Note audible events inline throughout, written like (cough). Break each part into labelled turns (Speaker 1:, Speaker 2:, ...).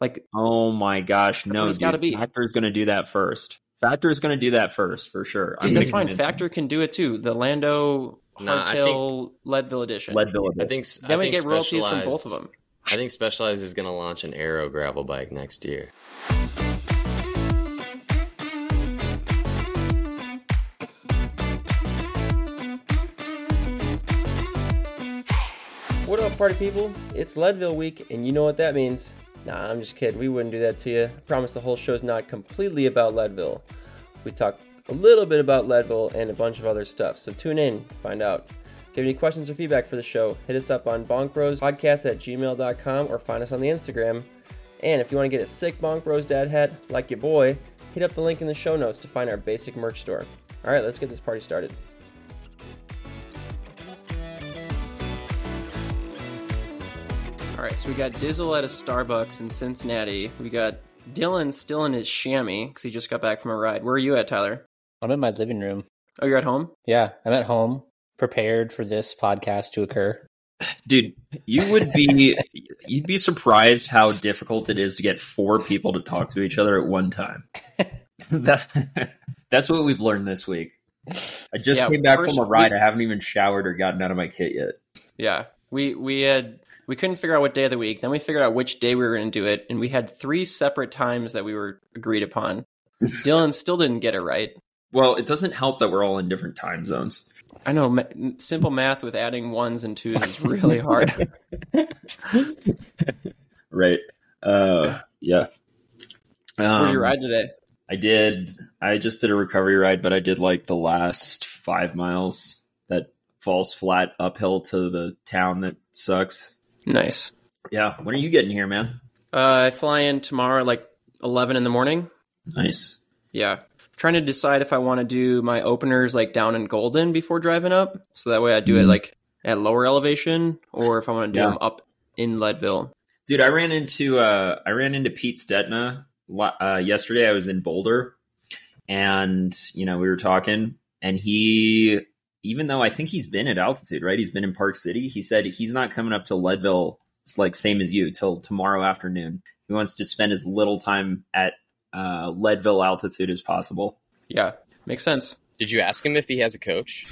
Speaker 1: Like
Speaker 2: Oh my gosh,
Speaker 1: That's
Speaker 2: no,
Speaker 1: what it's gotta
Speaker 2: dude.
Speaker 1: be.
Speaker 2: Factor's gonna do that first. Factor's gonna do that first for sure.
Speaker 1: dude,
Speaker 2: I'm
Speaker 1: that's
Speaker 2: gonna
Speaker 1: fine.
Speaker 2: convince
Speaker 1: Factor can do it too. The Lando
Speaker 3: Nah, I
Speaker 1: Hardtail Leadville edition.
Speaker 2: Leadville.
Speaker 3: I think s- I
Speaker 1: then we
Speaker 3: think
Speaker 1: get royalties from both of
Speaker 3: Specialized-
Speaker 1: them.
Speaker 3: I think Specialized is going to launch an aero gravel bike next year.
Speaker 1: What up, party people? It's Leadville week, and you know what that means. Nah, I'm just kidding. We wouldn't do that to you. I promise the whole show's not completely about Leadville. We talk a little bit about Leadville and a bunch of other stuff, so tune in, find out. If you have any questions or feedback for the show, hit us up on bonkbrospodcast at gmail.com or find us on the Instagram. And if you want to get a sick Bonk Bros dad hat like your boy, hit up the link in the show notes to find our basic merch store. All right, let's get this party started. All right, so we got Dizzle at a Starbucks in Cincinnati. We got Dylan still in his chamois because he just got back from a ride. Where are you at, Tyler?
Speaker 4: I'm in my living room.
Speaker 1: Oh, you're at home.
Speaker 4: Yeah, I'm at home, prepared for this podcast to occur.
Speaker 2: Dude, you would be (laughs) you'd be surprised how difficult it is to get four people to talk to each other at one
Speaker 1: (laughs)
Speaker 2: time. that, (laughs) that's what we've learned this week. I just
Speaker 1: Yeah,
Speaker 2: came back
Speaker 1: first
Speaker 2: from a ride.
Speaker 1: we-
Speaker 2: I haven't even showered or gotten out of my kit yet.
Speaker 1: Yeah, we we had we couldn't figure out what day of the week. Then we figured out which day we were going to do it, and we had three separate times that we were agreed upon. Dylan still didn't get it right.
Speaker 2: Well, it doesn't help that we're all in different time zones.
Speaker 1: I know ma- simple math with adding ones and twos is really hard.
Speaker 2: Right. Uh yeah.
Speaker 1: Where's
Speaker 2: Um,
Speaker 1: your ride today?
Speaker 2: I did. I just did a recovery ride, but I did like the last five miles that falls flat uphill to the town that sucks.
Speaker 1: Nice.
Speaker 2: Yeah. When are you getting here, man?
Speaker 1: Uh, I fly in tomorrow, at like eleven in the morning.
Speaker 2: Nice.
Speaker 1: Yeah. Trying to decide if I want to do my openers like down in Golden before driving up. So that way I do it
Speaker 2: Mhm.
Speaker 1: like at lower elevation or if I want to do
Speaker 2: Yeah.
Speaker 1: them up in Leadville.
Speaker 2: Dude, I ran into uh, I ran into Pete Stetna lo- uh, yesterday. I was in Boulder, and you know we were talking, and he, even though I think he's been at altitude, right? He's been in Park City. He said he's not coming up to Leadville. It's like same as you till tomorrow afternoon. He wants to spend as little time at uh, Leadville altitude as possible.
Speaker 1: Yeah. Makes sense.
Speaker 3: Did you ask him if he has a coach?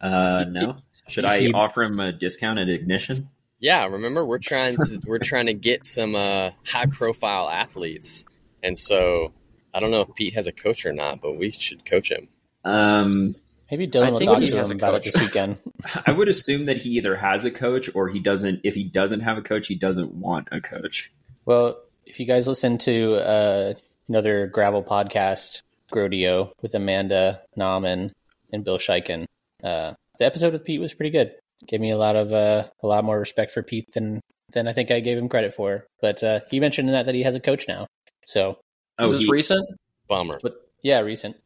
Speaker 2: Uh, no, should I offer him a discount at Ignition?
Speaker 3: Yeah, remember we're trying to we're trying to get some uh, high profile athletes, and so I don't know if Pete has a coach or not, but we should coach him.
Speaker 2: Um,
Speaker 4: Maybe
Speaker 1: I
Speaker 4: Dylan will
Speaker 1: think
Speaker 4: talk
Speaker 1: he
Speaker 4: to
Speaker 1: has
Speaker 4: him
Speaker 1: a
Speaker 4: about it
Speaker 1: coach. (laughs)
Speaker 4: this weekend.
Speaker 2: I would assume that he either has a coach or he doesn't. If he doesn't have a coach, he doesn't want a coach.
Speaker 4: well, if you guys listen to uh, another gravel podcast, Grodio, with Amanda Nauman and Bill Shiken, uh, the episode with Pete was pretty good. Gave me a lot of uh, a lot more respect for Pete than than I think I gave him credit for. But uh, he mentioned in that that he has a coach now. So
Speaker 2: Oh,
Speaker 1: Is this
Speaker 2: he-
Speaker 1: recent?
Speaker 3: Bummer.
Speaker 4: But yeah, recent.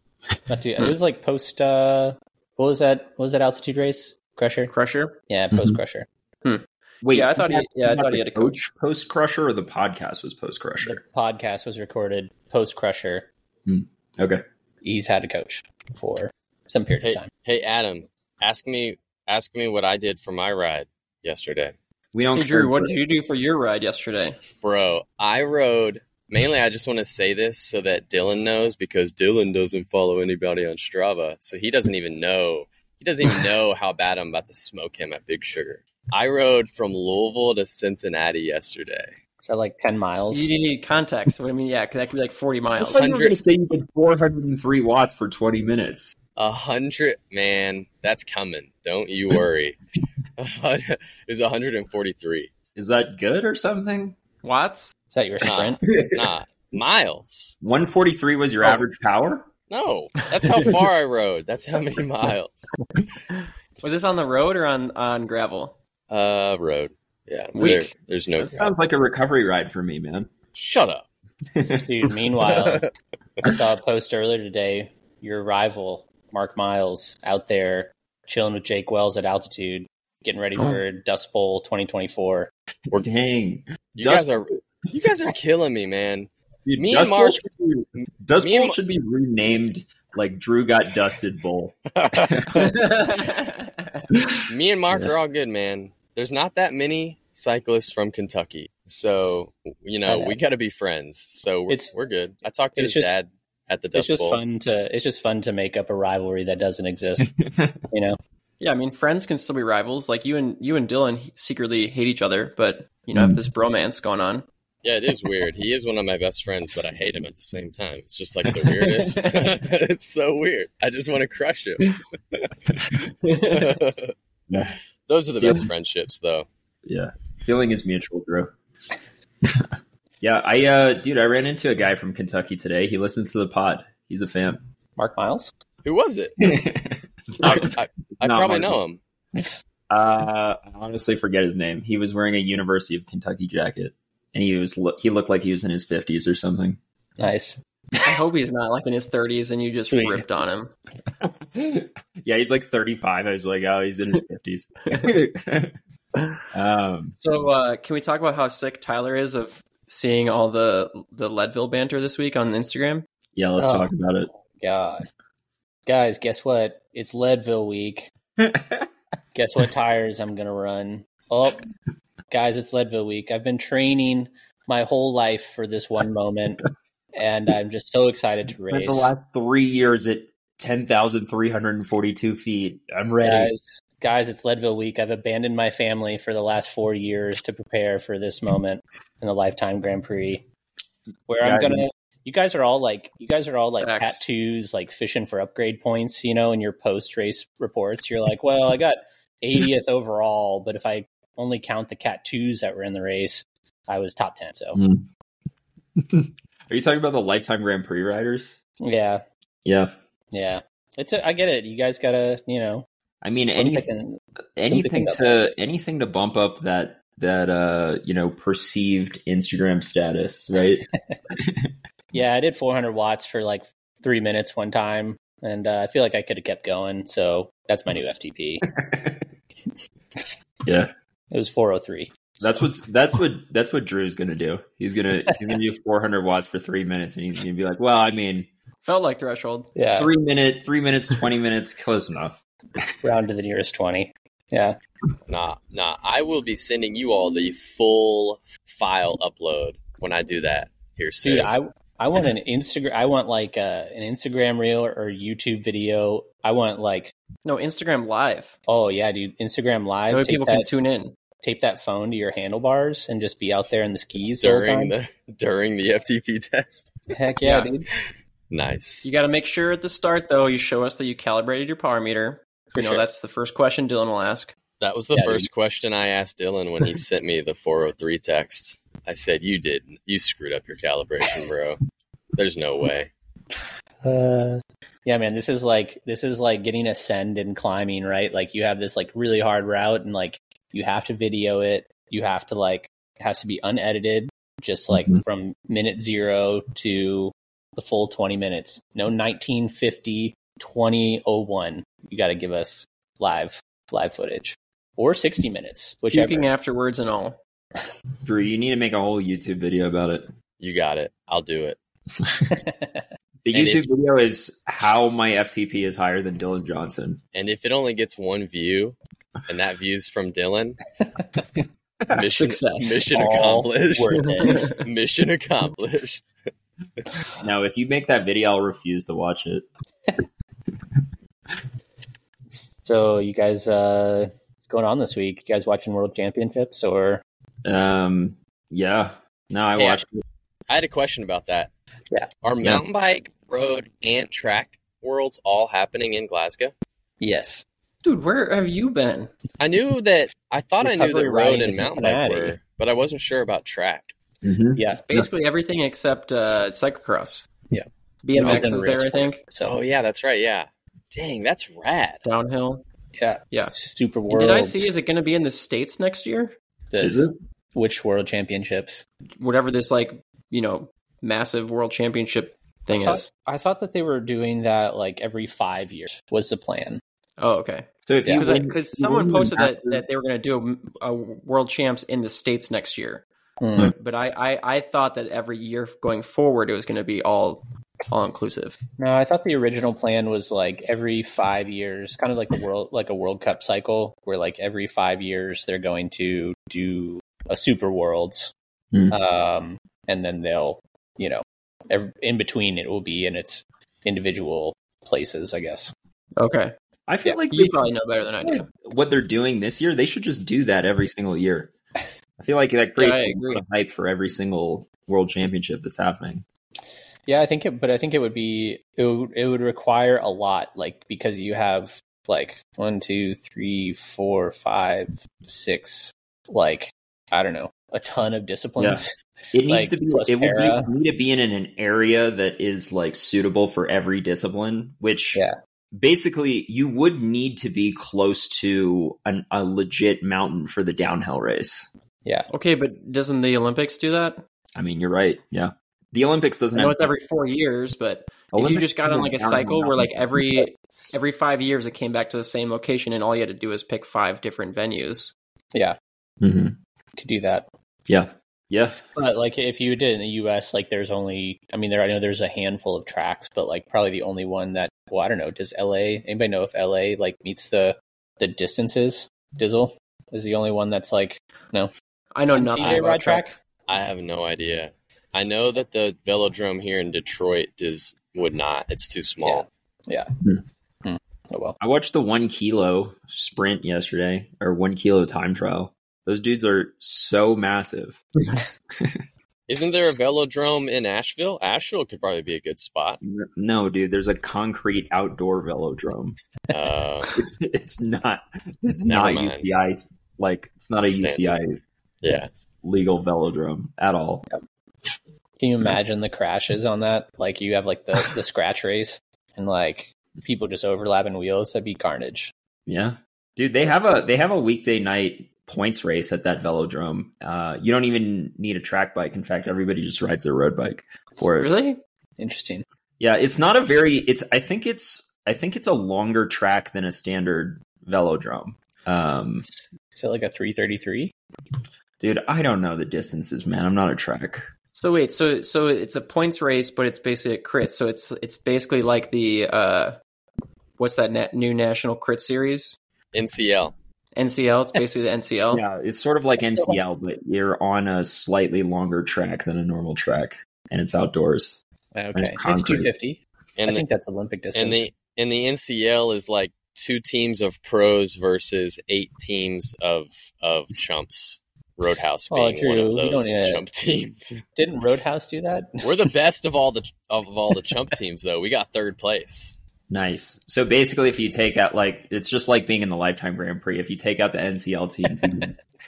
Speaker 4: Not too. It was like post. Uh, what was that? What was that altitude race? Crusher.
Speaker 1: Crusher?
Speaker 4: Yeah, post Crusher.
Speaker 2: wait.
Speaker 1: yeah, I thought he yeah, I thought he had a coach.
Speaker 2: Post Crusher or the podcast was Post
Speaker 4: The
Speaker 2: Crusher.
Speaker 4: podcast was recorded post Crusher.
Speaker 2: Okay.
Speaker 4: He's had a coach for some period
Speaker 3: Hey,
Speaker 4: of time.
Speaker 3: hey, Adam, ask me ask me what I did for my ride yesterday,
Speaker 2: We don't.
Speaker 1: Hey Drew,
Speaker 2: care
Speaker 1: what
Speaker 2: for-
Speaker 1: did you do for your ride yesterday?
Speaker 3: bro. I rode mainly. I just want to say this so that Dylan knows because Dylan doesn't follow anybody on Strava, so he doesn't even know. He doesn't even know how bad I'm about to smoke him at Big Sugar. I rode from Louisville to Cincinnati yesterday.
Speaker 4: So like ten miles.
Speaker 1: You didn't need context. What I mean, yeah, 'cause that could be like forty
Speaker 2: I
Speaker 1: miles.
Speaker 2: thought you were
Speaker 3: 100
Speaker 2: going to say you did 403 watts for 20 minutes.
Speaker 3: A hundred, man, that's coming. Don't you worry. Is 143.
Speaker 2: Is that good or (laughs) something?
Speaker 1: Watts?
Speaker 4: Is that
Speaker 1: Ah. (laughs)
Speaker 4: your sprint?
Speaker 3: Nah, miles.
Speaker 2: 143 was your
Speaker 1: Oh.
Speaker 2: average power.
Speaker 3: No, that's how far I rode. That's how many miles.
Speaker 1: Was this on the road or on,
Speaker 2: (laughs)
Speaker 1: on gravel?
Speaker 3: Uh, road. Yeah,
Speaker 1: Weak.
Speaker 3: there- there's no.
Speaker 2: That sounds like a recovery ride for me, man.
Speaker 3: Shut up.
Speaker 4: Dude, meanwhile, I saw a post earlier today. Your rival, Mark Miles, out there chilling with Jake Wells at altitude, getting ready for Dust Bowl 2024.
Speaker 2: Or dang,
Speaker 3: You
Speaker 2: Dust-
Speaker 3: guys are. You guys are killing me, man.
Speaker 2: Dude,
Speaker 3: Me
Speaker 2: Dust
Speaker 3: and Mark-
Speaker 2: Bowl should be, Dust
Speaker 3: me and
Speaker 2: Bowl
Speaker 3: Ma-
Speaker 2: should be renamed like Drew got dusted bowl.
Speaker 1: yeah,
Speaker 3: Me and Mark are all good, man. There's not that many cyclists from Kentucky. So you know,
Speaker 4: I know.
Speaker 3: we got to be friends. So we're,
Speaker 4: It's-
Speaker 3: we're good. I talked to
Speaker 4: it's
Speaker 3: his
Speaker 4: just-
Speaker 3: dad at the
Speaker 4: it's
Speaker 3: Dust
Speaker 4: just
Speaker 3: Bowl.
Speaker 4: fun to it's just fun to make up a rivalry that doesn't exist. you know,
Speaker 1: Yeah, I mean, friends can still be rivals. Like you and you and Dylan secretly hate each other, but you know,
Speaker 2: Mm-hmm.
Speaker 1: have this bromance going on.
Speaker 3: Yeah, it is weird. he is one of my best friends, but I hate him at the same time. It's just like the
Speaker 4: (laughs)
Speaker 3: weirdest. (laughs) it's so weird. I just want to crush him. (laughs)
Speaker 2: Yeah.
Speaker 3: Those are the
Speaker 2: Yeah.
Speaker 3: best friendships, though.
Speaker 2: Yeah. Feeling is mutual, (laughs) Drew. yeah, I uh dude, I ran into a guy from Kentucky today. He listens to the pod. He's a (laughs) fan.
Speaker 4: Mark Miles.
Speaker 3: Who was it? I, I, I
Speaker 2: Not
Speaker 3: probably
Speaker 2: Mark.
Speaker 3: know him.
Speaker 2: Um, Uh, I honestly forget his name. He was wearing a University of Kentucky jacket, and he was lo- he looked like he was in his fifties or something.
Speaker 4: Nice.
Speaker 1: I hope he's not like in his 30s and you just
Speaker 2: Yeah.
Speaker 1: ripped on him.
Speaker 2: Yeah, he's like thirty five. I was like, oh, he's in his (laughs) fifties. um,
Speaker 1: So, uh, can we talk about how sick Tyler is of seeing all the the Leadville banter this week on Instagram?
Speaker 2: yeah, let's
Speaker 4: Oh.
Speaker 2: talk about it.
Speaker 4: God. Guys, guess what? It's Leadville week. guess what tires I'm gonna run? Oh guys, it's Leadville week. I've been training my whole life for this one moment. And I'm just so excited to
Speaker 2: Spent
Speaker 4: race.
Speaker 2: the last three years at ten thousand three hundred and forty two feet. I'm ready.
Speaker 4: Guys, guys, it's Leadville week. I've abandoned my family for the last four years to prepare for this moment in the Lifetime Grand Prix, where I'm
Speaker 2: Guys.
Speaker 4: gonna. You guys are all like, you guys are all like
Speaker 1: Facts.
Speaker 4: tattoos, like fishing for upgrade points. You know, in your post race reports, you're like, well, I got 80th overall, but if I only count the cat twos that were in the race, I was top 10. So
Speaker 2: Mm. (laughs) Are you talking about the lifetime Grand Prix riders?
Speaker 4: yeah,
Speaker 2: Yeah,
Speaker 4: yeah, it's a, I get it. You guys gotta, you know,
Speaker 2: I mean,
Speaker 4: slim
Speaker 2: any,
Speaker 4: picking- slim
Speaker 2: anything
Speaker 4: pickings up.
Speaker 2: to anything to bump up that that uh you know perceived Instagram status, right?
Speaker 4: Yeah, I did 400 watts for like three minutes one time, and uh, I feel like I could have kept going. So that's my
Speaker 1: Hmm. (laughs)
Speaker 4: new FTP.
Speaker 2: yeah,
Speaker 4: It was 403.
Speaker 2: that's what's that's what that's what Drew's gonna do. He's gonna he's gonna do 400 watts for three minutes, and he's gonna be like, well, I mean,
Speaker 1: Felt like threshold.
Speaker 4: Yeah,
Speaker 2: three minute, three minutes, twenty minutes, close enough.
Speaker 4: round to the nearest 20. Yeah,
Speaker 3: Nah, nah. I will be sending you all the full file upload when I do that here soon.
Speaker 4: dude, I I
Speaker 1: (laughs)
Speaker 4: want an Instagram. I want like uh an Instagram reel or YouTube video. I want like
Speaker 1: No, Instagram Live.
Speaker 4: oh yeah, dude, Instagram
Speaker 1: That
Speaker 4: live.
Speaker 1: way
Speaker 4: Tape
Speaker 1: people
Speaker 4: that,
Speaker 1: can tune in.
Speaker 4: tape that phone to your handlebars and just be out there in the skis the whole
Speaker 3: during
Speaker 4: time.
Speaker 3: the during the FTP (laughs) test.
Speaker 4: Heck yeah,
Speaker 1: Yeah.
Speaker 4: dude,
Speaker 3: Nice.
Speaker 1: You got to make sure at the start, though, you show us that you calibrated your power meter.
Speaker 4: For
Speaker 1: you know,
Speaker 4: sure.
Speaker 1: that's the first question Dylan will ask.
Speaker 3: That was the
Speaker 4: Yeah,
Speaker 3: first question I asked Dylan
Speaker 4: (laughs)
Speaker 3: when he sent me the 403 text. I said, "You didn't. You screwed up your calibration, bro. There's no way."
Speaker 4: Uh, yeah, man, this is like this is like getting a send in climbing, right? Like you have this like really hard route, and like you have to video it. You have to like it has to be unedited, just like
Speaker 2: Mhm.
Speaker 4: from minute zero to the full twenty minutes. No 1950, 2001. You got to give us live live footage or sixty minutes, whichever.
Speaker 1: Puking afterwards and all.
Speaker 2: Drew, you need to make a whole YouTube video about it.
Speaker 3: You got it. I'll do it.
Speaker 2: The
Speaker 3: And
Speaker 2: YouTube video is how my FTP is higher than Dylan Johnson.
Speaker 3: And if it only gets one view, and that view's from
Speaker 4: (laughs)
Speaker 3: Dylan, mission
Speaker 1: Success.
Speaker 3: mission
Speaker 4: All
Speaker 3: accomplished.
Speaker 4: (laughs) worth
Speaker 3: (laughs)
Speaker 4: it.
Speaker 3: mission accomplished.
Speaker 2: No, if you make that video, I'll refuse to watch it.
Speaker 4: So you guys, uh, what's going on this week? You guys watching World Championships or?
Speaker 2: Um, yeah, no, I
Speaker 3: Yeah.
Speaker 2: watched it.
Speaker 3: I had a question about that.
Speaker 4: Yeah.
Speaker 3: Are
Speaker 2: Yeah.
Speaker 3: mountain bike, road, and track worlds all happening in Glasgow?
Speaker 4: Yes.
Speaker 1: Dude, where have you been?
Speaker 4: Hmm.
Speaker 3: I knew that. I thought I knew
Speaker 4: Recovery
Speaker 3: that road
Speaker 4: riding
Speaker 3: and
Speaker 4: in
Speaker 3: mountain
Speaker 4: Cincinnati.
Speaker 3: bike were, but I wasn't sure about track.
Speaker 2: Mm-hmm.
Speaker 4: Yeah.
Speaker 1: Basically everything except uh, cyclocross.
Speaker 4: Yeah.
Speaker 1: BMX
Speaker 4: Which is
Speaker 1: is there, I
Speaker 4: interesting.
Speaker 1: think.
Speaker 4: So
Speaker 3: Oh yeah, that's right. Yeah. Dang, that's rad.
Speaker 1: Downhill.
Speaker 4: Yeah.
Speaker 1: Yeah.
Speaker 4: Super
Speaker 1: And
Speaker 4: World.
Speaker 1: Did I see? Is it going to be in the states next year?
Speaker 4: this-
Speaker 2: Is it?
Speaker 4: Which World Championships?
Speaker 1: Whatever this like, you know, massive world championship thing
Speaker 4: I thought,
Speaker 1: is.
Speaker 4: I thought that they were doing that like every five years was the plan.
Speaker 1: Oh, okay.
Speaker 2: So if you
Speaker 1: Because
Speaker 2: win,
Speaker 1: because
Speaker 2: you
Speaker 1: someone
Speaker 2: win
Speaker 1: posted that,
Speaker 2: after-
Speaker 1: that they were going to do a, a world champs in the states next year,
Speaker 4: Hmm.
Speaker 1: but I, I I thought that every year going forward it was going to be all all inclusive.
Speaker 4: No, I thought the original plan was like every five years, kind of like the world, like a World Cup cycle, where like every five years they're going to do a Super Worlds
Speaker 2: Hmm.
Speaker 4: um, and then they'll you know ev in between it will be in its individual places, I guess.
Speaker 1: Okay.
Speaker 2: I feel
Speaker 4: Yeah,
Speaker 2: like
Speaker 1: You
Speaker 2: they
Speaker 1: probably know better than I
Speaker 2: should-
Speaker 1: do.
Speaker 2: what they're doing this year, they should just do that every single year. I feel like that
Speaker 1: Yeah,
Speaker 2: creates
Speaker 1: I agree.
Speaker 2: a hype for every single world championship that's happening.
Speaker 4: Yeah, I think it, but I think it would be it would, it would require a lot, like because you have like one, two, three, four, five, six, like I don't know, a ton of disciplines.
Speaker 2: It needs
Speaker 4: Like,
Speaker 2: to be.
Speaker 4: plus
Speaker 2: It would
Speaker 4: era.
Speaker 2: need, need to be in an, an area that is like suitable for every discipline. Which,
Speaker 4: Yeah.
Speaker 2: basically, you would need to be close to an, a legit mountain for the downhill race.
Speaker 1: Okay, but doesn't the Olympics do that?
Speaker 2: I mean, you're right. Yeah, the Olympics
Speaker 1: I
Speaker 2: doesn't.
Speaker 1: know
Speaker 2: have-
Speaker 1: it's every four years, but if you
Speaker 2: Olympics
Speaker 1: just got on like a
Speaker 2: downhill
Speaker 1: cycle where
Speaker 2: mountain.
Speaker 1: like every every five years it came back to the same location and all you had to do was pick five different venues.
Speaker 2: Mhm.
Speaker 4: (laughs) Could do that,
Speaker 2: yeah, yeah,
Speaker 4: but like if you did in the U.S., like there's only, I mean, there I know there's a handful of tracks, but like probably the only one that, well, I don't know. Does L.A. anybody know if L.A. like meets the the distances? Dizzle is the only one that's like
Speaker 1: I know nothing.
Speaker 4: CJ
Speaker 1: about
Speaker 4: ride
Speaker 1: track.
Speaker 4: track.
Speaker 3: I have no idea. I know that the velodrome here in Detroit does would not. It's too small.
Speaker 4: Oh well.
Speaker 2: I watched the one kilo sprint yesterday or one kilo time trial. Those dudes are so massive.
Speaker 3: Isn't there a velodrome in Asheville? Asheville could probably be a good spot.
Speaker 2: No, dude, there's a concrete outdoor velodrome. (laughs)
Speaker 3: Uh, (laughs)
Speaker 2: it's it's not it's
Speaker 3: Never
Speaker 2: not
Speaker 3: mind.
Speaker 2: UCI like it's not a
Speaker 3: Stand-
Speaker 2: UCI
Speaker 3: yeah,
Speaker 2: legal velodrome at all.
Speaker 4: Can
Speaker 3: Mm-hmm.
Speaker 4: you imagine the crashes on that? Like you have like the,
Speaker 3: (laughs)
Speaker 4: the scratch race and like people just overlapping wheels. That'd be carnage.
Speaker 2: Yeah, dude, they have a they have a weekday night points race at that velodrome. Uh, you don't even need a track bike. In fact, everybody just rides their road bike for it.
Speaker 1: Really?
Speaker 4: Interesting.
Speaker 2: Yeah, it's not a very it's I think it's I think it's a longer track than a standard velodrome. Um,
Speaker 4: Is it like a three thirty three?
Speaker 2: dude, I don't know the distances, man. I'm not a track.
Speaker 1: So wait, so so it's a points race, but it's basically a crit. So it's it's basically like the uh, what's that na- new national crit series?
Speaker 3: NCL.
Speaker 1: NCL. It's basically the NCL.
Speaker 2: Yeah, it's sort of like NCL, but you're on a slightly longer track than a normal track, and it's outdoors.
Speaker 4: Okay, it's
Speaker 2: concrete.
Speaker 4: two fifty. I
Speaker 3: And the,
Speaker 4: think that's Olympic distance.
Speaker 3: and the and the NCL is like two teams of pros versus eight teams of of chumps. Roadhouse
Speaker 4: Oh,
Speaker 3: being one
Speaker 4: Drew,
Speaker 3: of
Speaker 4: we don't
Speaker 3: those
Speaker 4: need to-
Speaker 3: chump teams.
Speaker 4: Didn't Roadhouse
Speaker 3: (laughs)
Speaker 4: do that?
Speaker 3: We're the best of all the of all the
Speaker 4: (laughs)
Speaker 3: chump teams, though. We got third place.
Speaker 2: Nice. So basically, if you take out like it's just like being in the Lifetime Grand Prix. If you take out the NCL (laughs) team,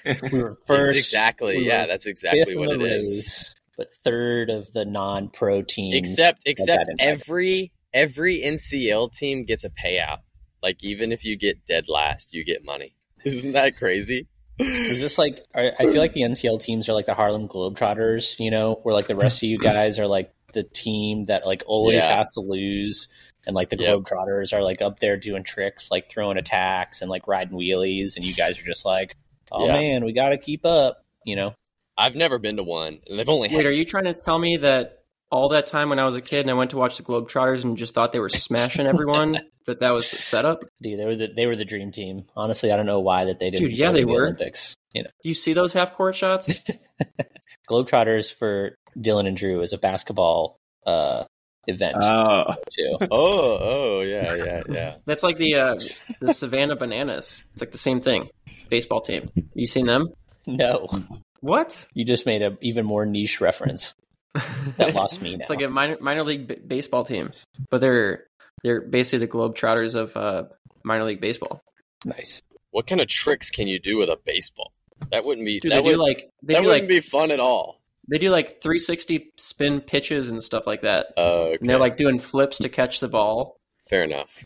Speaker 4: We were
Speaker 3: That's
Speaker 4: first,
Speaker 3: exactly.
Speaker 4: we
Speaker 3: yeah,
Speaker 4: were
Speaker 3: that's
Speaker 4: fifth
Speaker 3: exactly
Speaker 4: in
Speaker 3: what it
Speaker 4: the
Speaker 3: is.
Speaker 4: race, But third of the non pro teams.
Speaker 3: Except
Speaker 4: that
Speaker 3: except
Speaker 4: got invited.
Speaker 3: every every NCL team gets a payout. Like even if you get dead last, you get money. (laughs) Isn't that crazy?
Speaker 4: Is this like? Are, I feel like the NCL teams are like the Harlem Globetrotters, you know, where like the rest of you guys are like the team that like always
Speaker 3: Yeah.
Speaker 4: has to lose, and like the
Speaker 3: Yep.
Speaker 4: Globetrotters are like up there doing tricks, like throwing attacks and like riding wheelies, and you guys are just like, oh
Speaker 3: Yeah.
Speaker 4: man, we got to keep up, you know.
Speaker 3: I've never been to one, and they've only
Speaker 1: Wait,
Speaker 3: had
Speaker 1: are you trying to tell me that all that time when I was a kid and I went to watch the Globetrotters and just thought they were smashing everyone, that that was set up?
Speaker 4: Dude, they were the they were the dream team. Honestly, I don't know why that they didn't.
Speaker 1: Dude, yeah,
Speaker 4: go to
Speaker 1: they
Speaker 4: the
Speaker 1: were.
Speaker 4: Olympics. You know,
Speaker 1: You see those half court shots?
Speaker 4: Globetrotters for Dylan and Drew is a basketball uh event
Speaker 2: oh,
Speaker 4: too. (laughs)
Speaker 3: Oh, oh, yeah, yeah, yeah.
Speaker 1: That's like the uh, the Savannah Bananas. It's like the same thing. Baseball team. You seen them?
Speaker 4: No.
Speaker 1: What?
Speaker 4: You just made an even more niche reference that lost me now.
Speaker 1: It's like a minor minor league b- baseball team, but they're they're basically the Globetrotters of uh, minor league baseball.
Speaker 4: nice.
Speaker 3: What kind of tricks can you do with a baseball? That wouldn't be
Speaker 1: Dude,
Speaker 3: that,
Speaker 1: they
Speaker 3: would,
Speaker 1: do like they
Speaker 3: that
Speaker 1: do
Speaker 3: wouldn't
Speaker 1: like
Speaker 3: be fun at all.
Speaker 1: They do like 360 spin pitches and stuff like that.
Speaker 3: Uh, okay.
Speaker 1: And they're like doing flips to catch the ball.
Speaker 3: fair enough.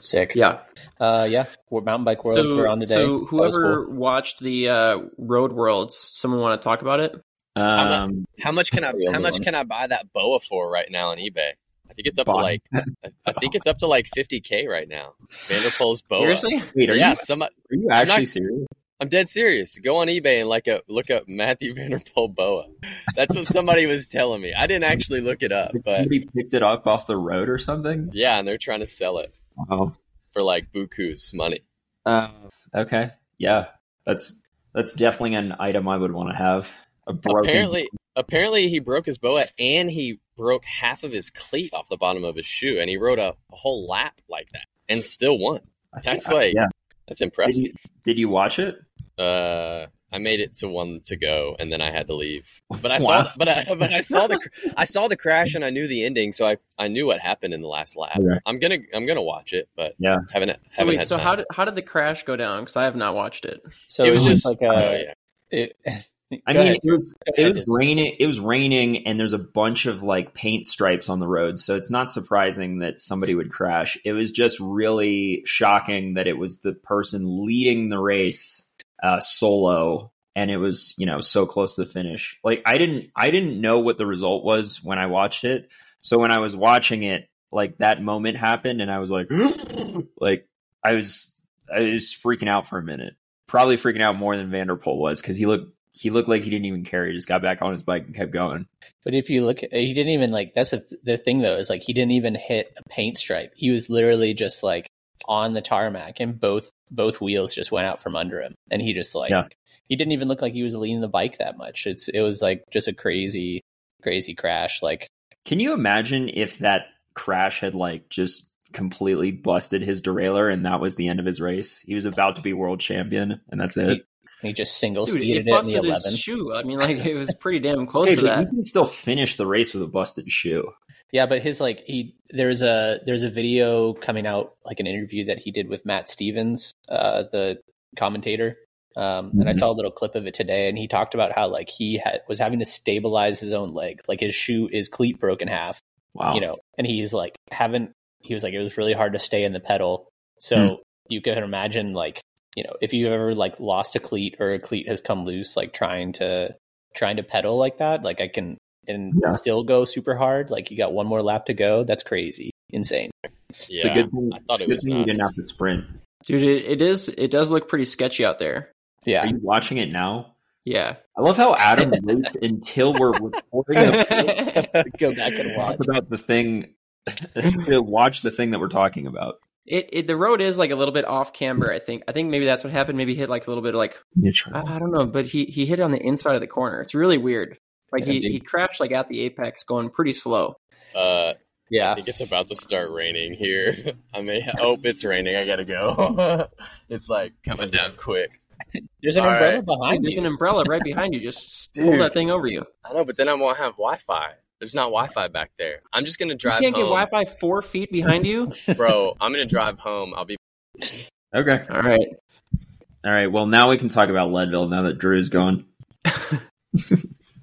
Speaker 4: Sick.
Speaker 1: Yeah.
Speaker 4: Uh, yeah. We're mountain bike worlds.
Speaker 1: So,
Speaker 4: we're on today.
Speaker 1: so
Speaker 4: That was
Speaker 1: whoever
Speaker 4: cool.
Speaker 1: watched the uh, Road Worlds, someone want to talk about it?
Speaker 3: not-
Speaker 2: um,
Speaker 3: How much can I
Speaker 4: The only
Speaker 3: how much
Speaker 4: one.
Speaker 3: can I buy that boa for right now on eBay? I think it's up to
Speaker 2: Bond.
Speaker 3: like I I think it's up to like 50k right now. Vanderpool's
Speaker 1: (laughs)
Speaker 3: boa.
Speaker 1: Seriously?
Speaker 2: wait, are
Speaker 3: yeah,
Speaker 2: you
Speaker 3: some
Speaker 2: are you
Speaker 3: I'm
Speaker 2: actually
Speaker 3: not-
Speaker 2: serious?
Speaker 3: I'm dead serious. Go on eBay and like a look up Matthew (laughs) Vanderpool boa. That's what somebody was telling me. I didn't actually look it up,
Speaker 1: (laughs)
Speaker 3: but
Speaker 2: Somebody picked it up off the road or something. Oh.
Speaker 3: yeah, and they're trying to sell it
Speaker 2: Wow.
Speaker 3: for like buku's money.
Speaker 2: Um, okay. Yeah, that's that's definitely an item I would want to have. a broken.
Speaker 3: Apparently, apparently he broke his boa and he broke half of his cleat off the bottom of his shoe, and he rode a, a whole lap like that and still won.
Speaker 2: I think-
Speaker 3: That's like
Speaker 2: yeah.
Speaker 3: that's
Speaker 2: Did
Speaker 3: impressive.
Speaker 2: you, did you watch it?
Speaker 3: Uh, I made it to one to go, and then I had to leave.
Speaker 2: (laughs)
Speaker 3: But I
Speaker 2: Wow.
Speaker 3: saw, but I, but I saw the, cr- I saw the crash, and I knew the ending, so I, I knew what happened in the last lap.
Speaker 2: Okay.
Speaker 3: I'm gonna, I'm gonna watch it, but
Speaker 2: Yeah.
Speaker 3: haven't, haven't
Speaker 1: So wait,
Speaker 3: had
Speaker 1: so
Speaker 3: time.
Speaker 1: how did how did the crash go down? Because I have not watched it.
Speaker 4: So
Speaker 3: It was
Speaker 4: it's
Speaker 3: just-
Speaker 4: like
Speaker 3: oh,
Speaker 4: a.
Speaker 3: yeah.
Speaker 4: it- (laughs)
Speaker 2: I
Speaker 4: Go
Speaker 2: mean,
Speaker 4: ahead.
Speaker 2: it was
Speaker 4: Go
Speaker 2: it
Speaker 4: ahead.
Speaker 2: was raining. It was raining, and there's a bunch of like paint stripes on the road, so it's not surprising that somebody would crash. It was just really shocking that it was the person leading the race uh, solo, and it was you know so close to the finish. Like I didn't I didn't know what the result was when I watched it. So when I was watching it, like that moment happened, and I was like, (gasps) like I was I was freaking out for a minute. Probably freaking out more than Vanderpool was because he looked he looked like he didn't even care. He just got back on his bike and kept going.
Speaker 4: But if you look, at, he didn't even like. That's the the thing though is like he didn't even hit a paint stripe. He was literally just like on the tarmac, and both both wheels just went out from under him, and he just like
Speaker 2: Yeah.
Speaker 4: he didn't even look like he was leaning the bike that much. It's it was like just a crazy crazy crash. Like
Speaker 2: Can you imagine if that crash had like just completely busted his derailleur and that was the end of his race? He was about to be world champion and that's it.
Speaker 4: he just single
Speaker 1: Dude,
Speaker 4: speeded
Speaker 1: it
Speaker 4: it, in the
Speaker 1: busted
Speaker 4: eleven.
Speaker 1: his shoe. I mean, like it was pretty
Speaker 4: (laughs)
Speaker 1: damn close
Speaker 2: Hey,
Speaker 1: to
Speaker 2: but
Speaker 1: that.
Speaker 2: you can still finish the race with a busted shoe.
Speaker 4: Yeah, but his like he there's a there's a video coming out like an interview that he did with Matt Stevens, uh, the commentator. Um, and I
Speaker 2: Mhm.
Speaker 4: saw a little clip of it today, and he talked about how like he had was having to stabilize his own leg, like his shoe is cleat broken half,
Speaker 2: Wow.
Speaker 4: you know, and he's like haven't he was like it was really hard to stay in the pedal, so
Speaker 2: Hmm.
Speaker 4: you can imagine like you know if you've ever like lost a cleat or a cleat has come loose, like trying to trying to pedal like that, like I can and
Speaker 2: Yeah.
Speaker 4: still go super hard, like you got one more lap to go, that's crazy, insane.
Speaker 2: it's
Speaker 3: yeah,
Speaker 2: a good thing,
Speaker 3: I
Speaker 2: it's
Speaker 3: thought
Speaker 2: a
Speaker 3: it
Speaker 2: good
Speaker 3: was
Speaker 2: thing you didn't
Speaker 3: nuts.
Speaker 2: have to sprint.
Speaker 1: Dude, it, it is it does look pretty sketchy out there.
Speaker 4: Yeah,
Speaker 2: Are you watching it now?
Speaker 1: Yeah.
Speaker 2: I love how Adam waits until we're recording a
Speaker 1: it
Speaker 4: go back (laughs) and watch.
Speaker 2: talk about the thing (laughs) to watch the thing that we're talking about.
Speaker 1: it the road is like a little bit off camber, I think. I think maybe that's what happened. Maybe he hit like a little bit of like I, I don't know, but he he hit on the inside of the corner. It's really weird. Like he,
Speaker 4: Yeah, dude.
Speaker 1: he crashed like at the apex going pretty slow.
Speaker 3: Uh, I
Speaker 4: Yeah,
Speaker 3: think it's about to start raining here. (laughs) I mean, oh, it's raining. I gotta go. (laughs) it's like coming down quick.
Speaker 4: there's an
Speaker 3: All
Speaker 4: umbrella
Speaker 3: right.
Speaker 4: behind
Speaker 1: There's
Speaker 4: you.
Speaker 1: an umbrella right behind you. Just
Speaker 3: Dude.
Speaker 1: pull that thing over you.
Speaker 3: I know, but then I won't have Wi-Fi. There's not Wi-Fi back there. I'm just gonna
Speaker 1: You
Speaker 3: drive.
Speaker 1: can't get
Speaker 3: home.
Speaker 1: Wi Fi four feet behind you.
Speaker 3: bro. I'm gonna drive home. I'll be.
Speaker 2: Okay.
Speaker 1: All right.
Speaker 2: All right. Well, now we can talk about Leadville now that Drew's gone.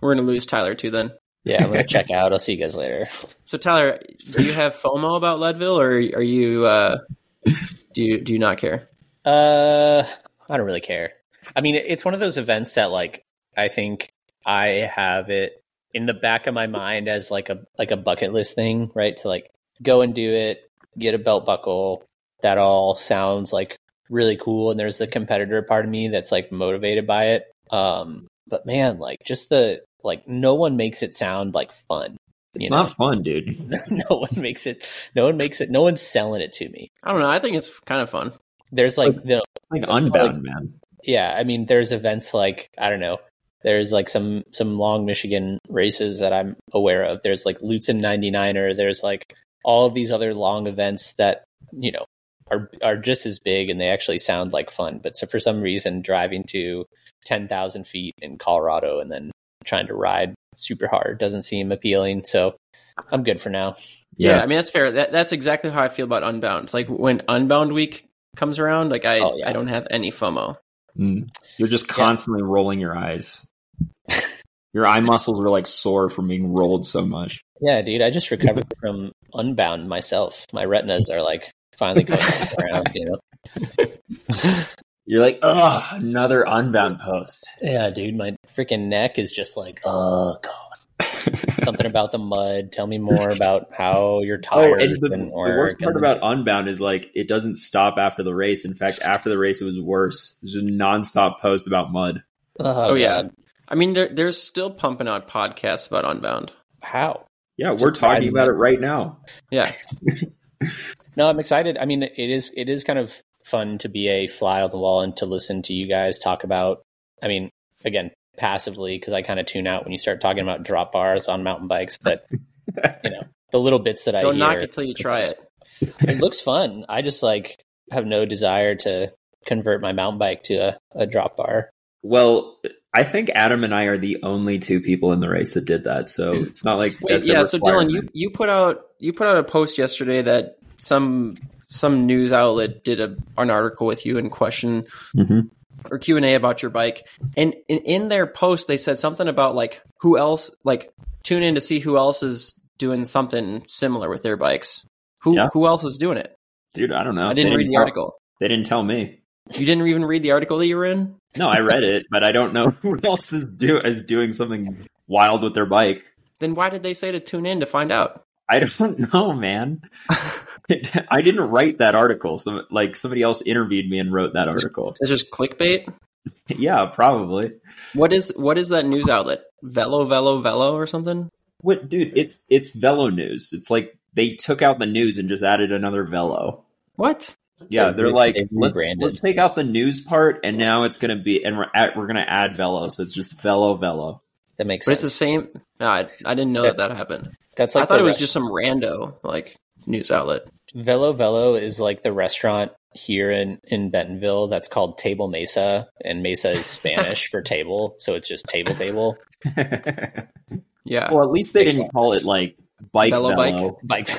Speaker 1: We're gonna lose Tyler too then.
Speaker 4: yeah, I'm gonna check out. I'll see you guys later.
Speaker 1: So Tyler, do you have FOMO about Leadville or are you uh do you do you not care?
Speaker 4: Uh, I don't really care. I mean, it- it's one of those events that, like, I think I have it in the back of my mind as like a like a bucket list thing, right? To like go and do it, get a belt buckle. That all sounds like really cool, and there's the competitor part of me that's like motivated by it. Um, but man, like, just the like, no one makes it sound like fun.
Speaker 2: It's
Speaker 4: you know?
Speaker 2: not fun, dude.
Speaker 4: (laughs) no one makes it. No one makes it. No one's selling it to me.
Speaker 1: I don't know. I think it's kind of fun.
Speaker 4: There's like the
Speaker 2: It's like Unbound, man.
Speaker 4: yeah i mean there's events like i don't know there's like some some long michigan races that i'm aware of there's like lutzen 99er there's like all of these other long events that you know are are just as big and they actually sound like fun but so for some reason driving to 10,000 feet in colorado and then trying to ride super hard doesn't seem appealing so i'm good for now
Speaker 1: Yeah, I mean that's fair. That that's exactly how I feel about Unbound. Like when Unbound week comes around, like I
Speaker 4: Oh, yeah.
Speaker 1: I don't have any FOMO.
Speaker 2: Mm. You're just constantly rolling your
Speaker 4: (laughs)
Speaker 2: eyes. Your eye muscles were like sore from being rolled so much.
Speaker 4: yeah dude i just recovered from unbound myself my retinas are like finally going around you know
Speaker 2: You're like, oh, another Unbound post.
Speaker 4: Yeah, dude, my freaking neck is just like, oh god. Something about the mud. Tell me more about how your
Speaker 2: Oh,
Speaker 4: tires
Speaker 2: and the,
Speaker 4: didn't
Speaker 2: the
Speaker 4: work.
Speaker 2: worst part
Speaker 4: and-
Speaker 2: about Unbound is like it doesn't stop after the race. In fact, after the race, it was worse. There's just nonstop posts about mud.
Speaker 1: Oh, yeah. I mean there there's still pumping out podcasts about Unbound.
Speaker 4: How?
Speaker 2: Yeah, we're talking
Speaker 4: riding
Speaker 2: about it right now.
Speaker 1: Yeah.
Speaker 4: No, I'm excited. I mean, it is it is kind of fun to be a fly on the wall and to listen to you guys talk about. I mean, again, passively because I kind of tune out when you start talking about drop bars on mountain bikes. But you know, the little bits that I
Speaker 1: Don't
Speaker 4: hear,
Speaker 1: knock it till you try it.
Speaker 4: it looks fun. I just like have no desire to convert my mountain bike to a, a drop bar.
Speaker 2: Well, I think Adam and I are the only two people in the race that did that, so it's not like
Speaker 1: Wait,
Speaker 2: that's a
Speaker 1: yeah. So Dylan, you
Speaker 2: requirement.
Speaker 1: you put out you put out a post yesterday that some some news outlet did a, an article with you and question
Speaker 2: Mhm.
Speaker 1: or Q and A about your bike, and in, in their post they said something about like who else like tune in to see who else is doing something similar with their bikes. Who
Speaker 2: Yeah.
Speaker 1: who else is doing it?
Speaker 2: dude, I don't know.
Speaker 1: I didn't
Speaker 2: They
Speaker 1: read the
Speaker 2: tell-
Speaker 1: article.
Speaker 2: They didn't tell me.
Speaker 1: You didn't even read the article that you were in.
Speaker 2: No, I read it, but I don't know (laughs) who else is do is doing something wild with their bike.
Speaker 1: Then why did they say to tune in to find out?
Speaker 2: I don't (laughs) know, man. I didn't write that article. So, like, somebody else interviewed me and wrote that article.
Speaker 1: It's just clickbait.
Speaker 2: yeah, probably.
Speaker 1: What is what is that news outlet? Velo, Velo, Velo, or something?
Speaker 2: What, dude? It's it's Velo News. It's like they took out the news and just added another Velo.
Speaker 1: What?
Speaker 2: Yeah,
Speaker 4: They've
Speaker 2: they're
Speaker 4: re-
Speaker 2: like
Speaker 4: they've
Speaker 2: let's,
Speaker 4: rebranded.
Speaker 2: let's take out the news part, and now it's gonna be and we're at, we're gonna add Velo, so it's just Velo (laughs) Velo.
Speaker 4: That makes
Speaker 1: But it's
Speaker 4: sense.
Speaker 1: the same. No, I, I didn't know that that happened.
Speaker 4: That's like
Speaker 1: I thought
Speaker 4: the
Speaker 1: it was
Speaker 4: rest-
Speaker 1: just some rando like news outlet.
Speaker 4: Velo Velo is like the restaurant here in in Bentonville that's called Table Mesa, and Mesa is Spanish for table, so it's just table table
Speaker 2: well,
Speaker 1: Yeah.
Speaker 2: at least they didn't call it like bike
Speaker 1: Velo
Speaker 2: Velo.
Speaker 1: bike.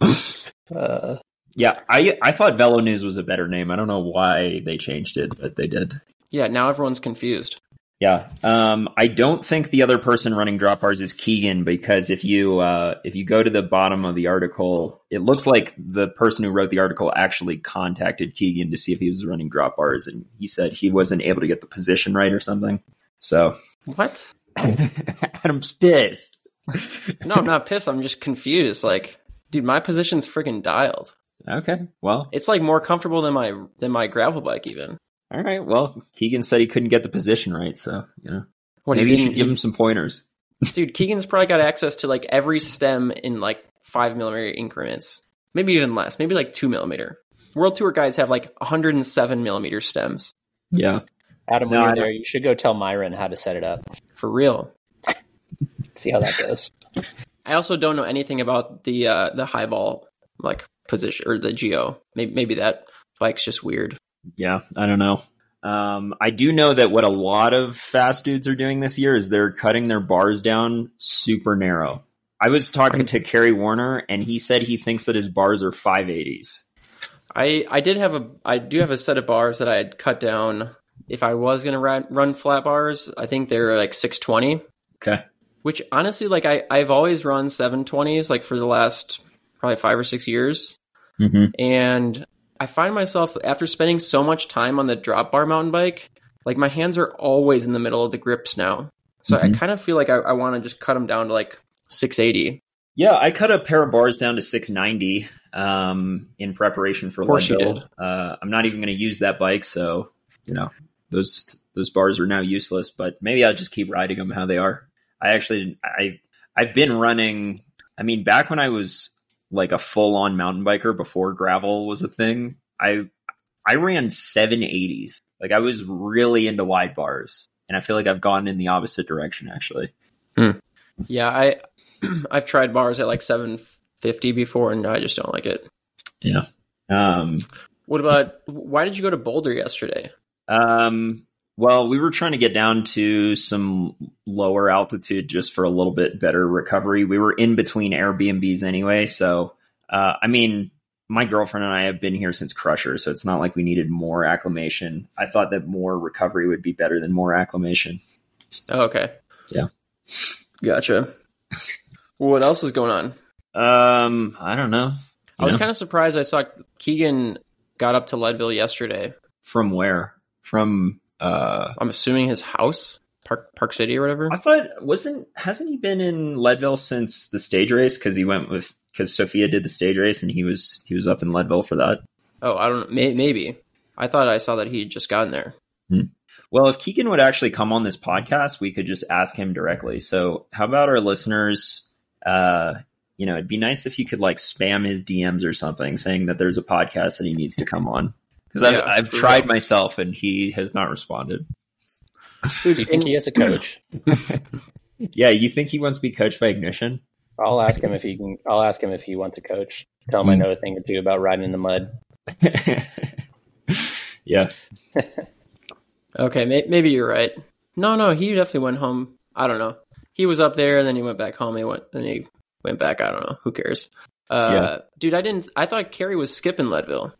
Speaker 4: bike. (laughs) uh,
Speaker 2: Yeah, I I thought Velo News was a better name. I don't know why they changed it, but they did.
Speaker 1: yeah. Now everyone's confused.
Speaker 2: Yeah. Um, I don't think the other person running drop bars is Keegan because if you uh, if you go to the bottom of the article, it looks like the person who wrote the article actually contacted Keegan to see if he was running drop bars, and he said he wasn't able to get the position right or something.
Speaker 1: (laughs)
Speaker 2: So
Speaker 1: What?
Speaker 2: Adam's pissed.
Speaker 1: No, I'm not pissed. I'm just confused. Like, dude, my position's freaking dialed.
Speaker 2: Okay. Well.
Speaker 1: It's like more comfortable than my than my gravel bike even.
Speaker 2: All right. Well, Keegan said he couldn't get the position right, so you know
Speaker 1: What
Speaker 2: maybe
Speaker 1: he
Speaker 2: you should
Speaker 1: didn't-
Speaker 2: give him some pointers.
Speaker 1: dude, Keegan's probably got access to like every stem in like five millimeter increments, maybe even less, maybe like two millimeter. World Tour guys have like 107 millimeter stems
Speaker 2: Yeah.
Speaker 4: Adam, when
Speaker 2: No, I
Speaker 4: you're
Speaker 2: don't-
Speaker 4: there, you should go tell Myron how to set it up.
Speaker 1: for real.
Speaker 4: See how that goes.
Speaker 1: I also don't know anything about the uh, the highball like position or the geo. Maybe, maybe that bike's just weird.
Speaker 2: Yeah, I don't know. Um, I do know that what a lot of fast dudes are doing this year is they're cutting their bars down super narrow. I was talking to Kerry Warner, and he said he thinks that his bars are 580s.
Speaker 1: I I did have a I do have a set of bars that I had cut down. If I was gonna run, run flat bars, I think they're like 620.
Speaker 2: Okay.
Speaker 1: Which honestly, like I I've always run 720s like for the last probably five or six years.
Speaker 2: Mm-hmm.
Speaker 1: and I find myself after spending so much time on the drop bar mountain bike, like my hands are always in the middle of the grips now. So I
Speaker 2: Mhm.
Speaker 1: kind of feel like I, I want to just cut them down to like 680.
Speaker 2: Yeah, I cut a pair of bars down to 690 um, in preparation for
Speaker 1: Of course you
Speaker 2: Leadville.
Speaker 1: did.
Speaker 2: Uh, I'm not even going to use that bike, so you know those those bars are now useless. But maybe I'll just keep riding them how they are. I actually I I've been running. I mean, back when I was like a full on mountain biker before gravel was a thing, I I ran 780s. Like I was really into wide bars, and I feel like I've gone in the opposite direction actually.
Speaker 1: Yeah, I (clears throat) I've tried bars at like 750 before, and I just don't like it.
Speaker 2: Um,
Speaker 1: What about why did you go to Boulder yesterday?
Speaker 2: Um, well, we were trying to get down to some lower altitude just for a little bit better recovery. We were in between Airbnbs anyway, so uh, I mean, my girlfriend and I have been here since Crusher, so it's not like we needed more acclimation. I thought that more recovery would be better than more acclimation.
Speaker 1: Oh, okay.
Speaker 2: Yeah.
Speaker 1: Gotcha. What else is going on?
Speaker 2: Um, I don't know.
Speaker 1: I was kind of surprised I saw Keegan got up to Leadville yesterday.
Speaker 2: from where? From uh,
Speaker 1: I'm assuming his house, Park Park City or whatever.
Speaker 2: I thought wasn't hasn't he been in Leadville since the stage race because he went with because Sophia did the stage race and he was he was up in Leadville for that.
Speaker 1: Oh, I don't know. May, maybe. I thought I saw that he had just gotten there.
Speaker 2: Well, if Keegan would actually come on this podcast, we could just ask him directly. So, how about our listeners? Uh, you know, it'd be nice if you could like spam his DMs or something, saying that there's a podcast that he needs to come on. Because
Speaker 1: Yeah,
Speaker 2: I've, I've
Speaker 1: for
Speaker 2: tried
Speaker 1: real.
Speaker 2: myself and he has not responded.
Speaker 4: Who do you think he has a coach?
Speaker 2: Yeah, you think he wants to be coached by Ignition?
Speaker 4: (clears throat)
Speaker 2: (laughs)
Speaker 4: I'll ask him if he can. I'll ask him if he wants a coach. Tell him I know a thing or two about riding in the mud.
Speaker 2: yeah.
Speaker 1: Okay, may- maybe you're right. No, no, he definitely went home. I don't know. He was up there, and then he went back home. He went, and he went back. I don't know. Who cares? Uh, Dude, I didn't. I thought Carrie was skipping Leadville.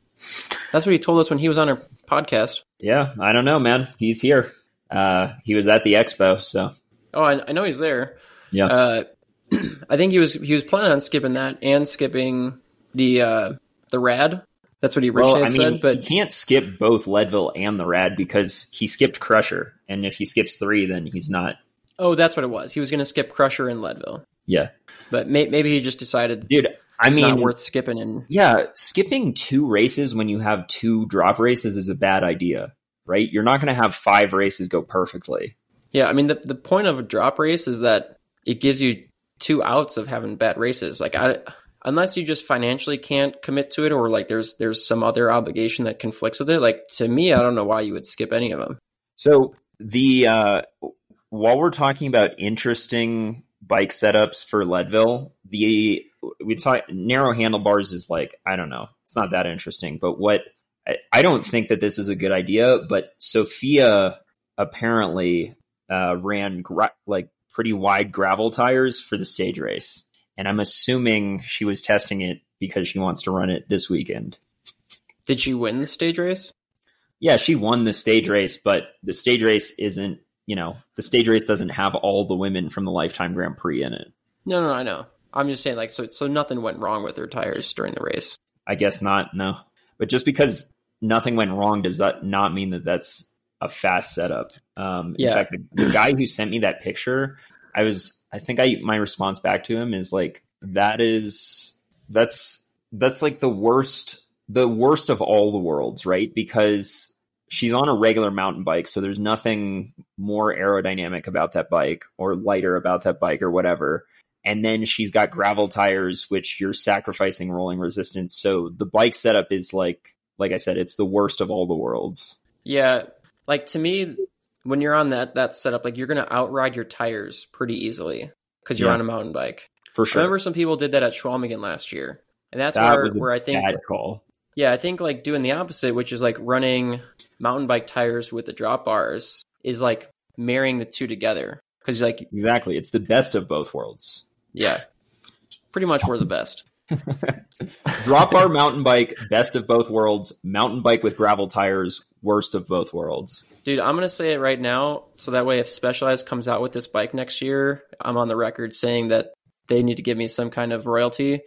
Speaker 1: That's what he told us when he was on our podcast.
Speaker 2: Yeah, I don't know, man. He's here. Uh, he was at the expo, so
Speaker 1: Oh, I, I know he's there.
Speaker 2: yeah.
Speaker 1: Uh, (clears throat) I think he was he was planning on skipping that and skipping the uh, the rad. That's what he
Speaker 2: well, I
Speaker 1: originally had
Speaker 2: mean,
Speaker 1: said. But
Speaker 2: he can't skip both Leadville and the Rad because he skipped Crusher, and if he skips three, then he's not.
Speaker 1: oh, that's what it was. He was going to skip Crusher and Leadville,
Speaker 2: Yeah,
Speaker 1: but may, maybe he just decided
Speaker 2: dude. I
Speaker 1: it's
Speaker 2: mean,
Speaker 1: not worth skipping. And
Speaker 2: yeah, skipping two races when you have two drop races is a bad idea, right? You're not going to have five races go perfectly.
Speaker 1: yeah, I mean the the point of a drop race is that it gives you two outs of having bad races. Like I. Unless you just financially can't commit to it, or like there's there's some other obligation that conflicts with it, like to me, I don't know why you would skip any of them.
Speaker 2: So the uh, while we're talking about interesting bike setups for Leadville, the we talk narrow handlebars is like I don't know, it's not that interesting. But what I, I don't think that this is a good idea. But Sophia apparently uh, ran gra- like pretty wide gravel tires for the stage race, and I'm assuming she was testing it because she wants to run it this weekend.
Speaker 1: Did she win the stage race?
Speaker 2: yeah, she won the stage race, but the stage race isn't, you know, the stage race doesn't have all the women from the Lifetime Grand Prix in it.
Speaker 1: No, no, I know. I'm just saying, like, so so nothing went wrong with her tires during the race.
Speaker 2: I guess not, no. But just because nothing went wrong does that not mean that that's a fast setup. Um,
Speaker 1: Yeah.
Speaker 2: In fact, the, the guy who sent me that picture, I was, I think I, my response back to him is like, that is, that's, that's like the worst, the worst of all the worlds, right? Because she's on a regular mountain bike, so there's nothing more aerodynamic about that bike or lighter about that bike or whatever. And then she's got gravel tires, which you're sacrificing rolling resistance. So the bike setup is like, like I said, it's the worst of all the worlds.
Speaker 1: Yeah, like to me, when you're on that that setup, like you're gonna outride your tires pretty easily because you're
Speaker 2: Yeah.
Speaker 1: on a mountain bike.
Speaker 2: For sure.
Speaker 1: I remember some people did that at Schwalmingen last year, and that's
Speaker 2: That
Speaker 1: where
Speaker 2: was a
Speaker 1: where I think,
Speaker 2: Bad call.
Speaker 1: yeah, I think like doing the opposite, which is like running mountain bike tires with the drop bars, is like marrying the two together because like
Speaker 2: Exactly. It's the best of both worlds.
Speaker 1: yeah, pretty much we're the best.
Speaker 2: Drop bar mountain bike, best of both worlds. Mountain bike with gravel tires, worst of both worlds.
Speaker 1: Dude, I'm gonna say it right now, so that way if Specialized comes out with this bike next year, I'm on the record saying that they need to give me some kind of royalty.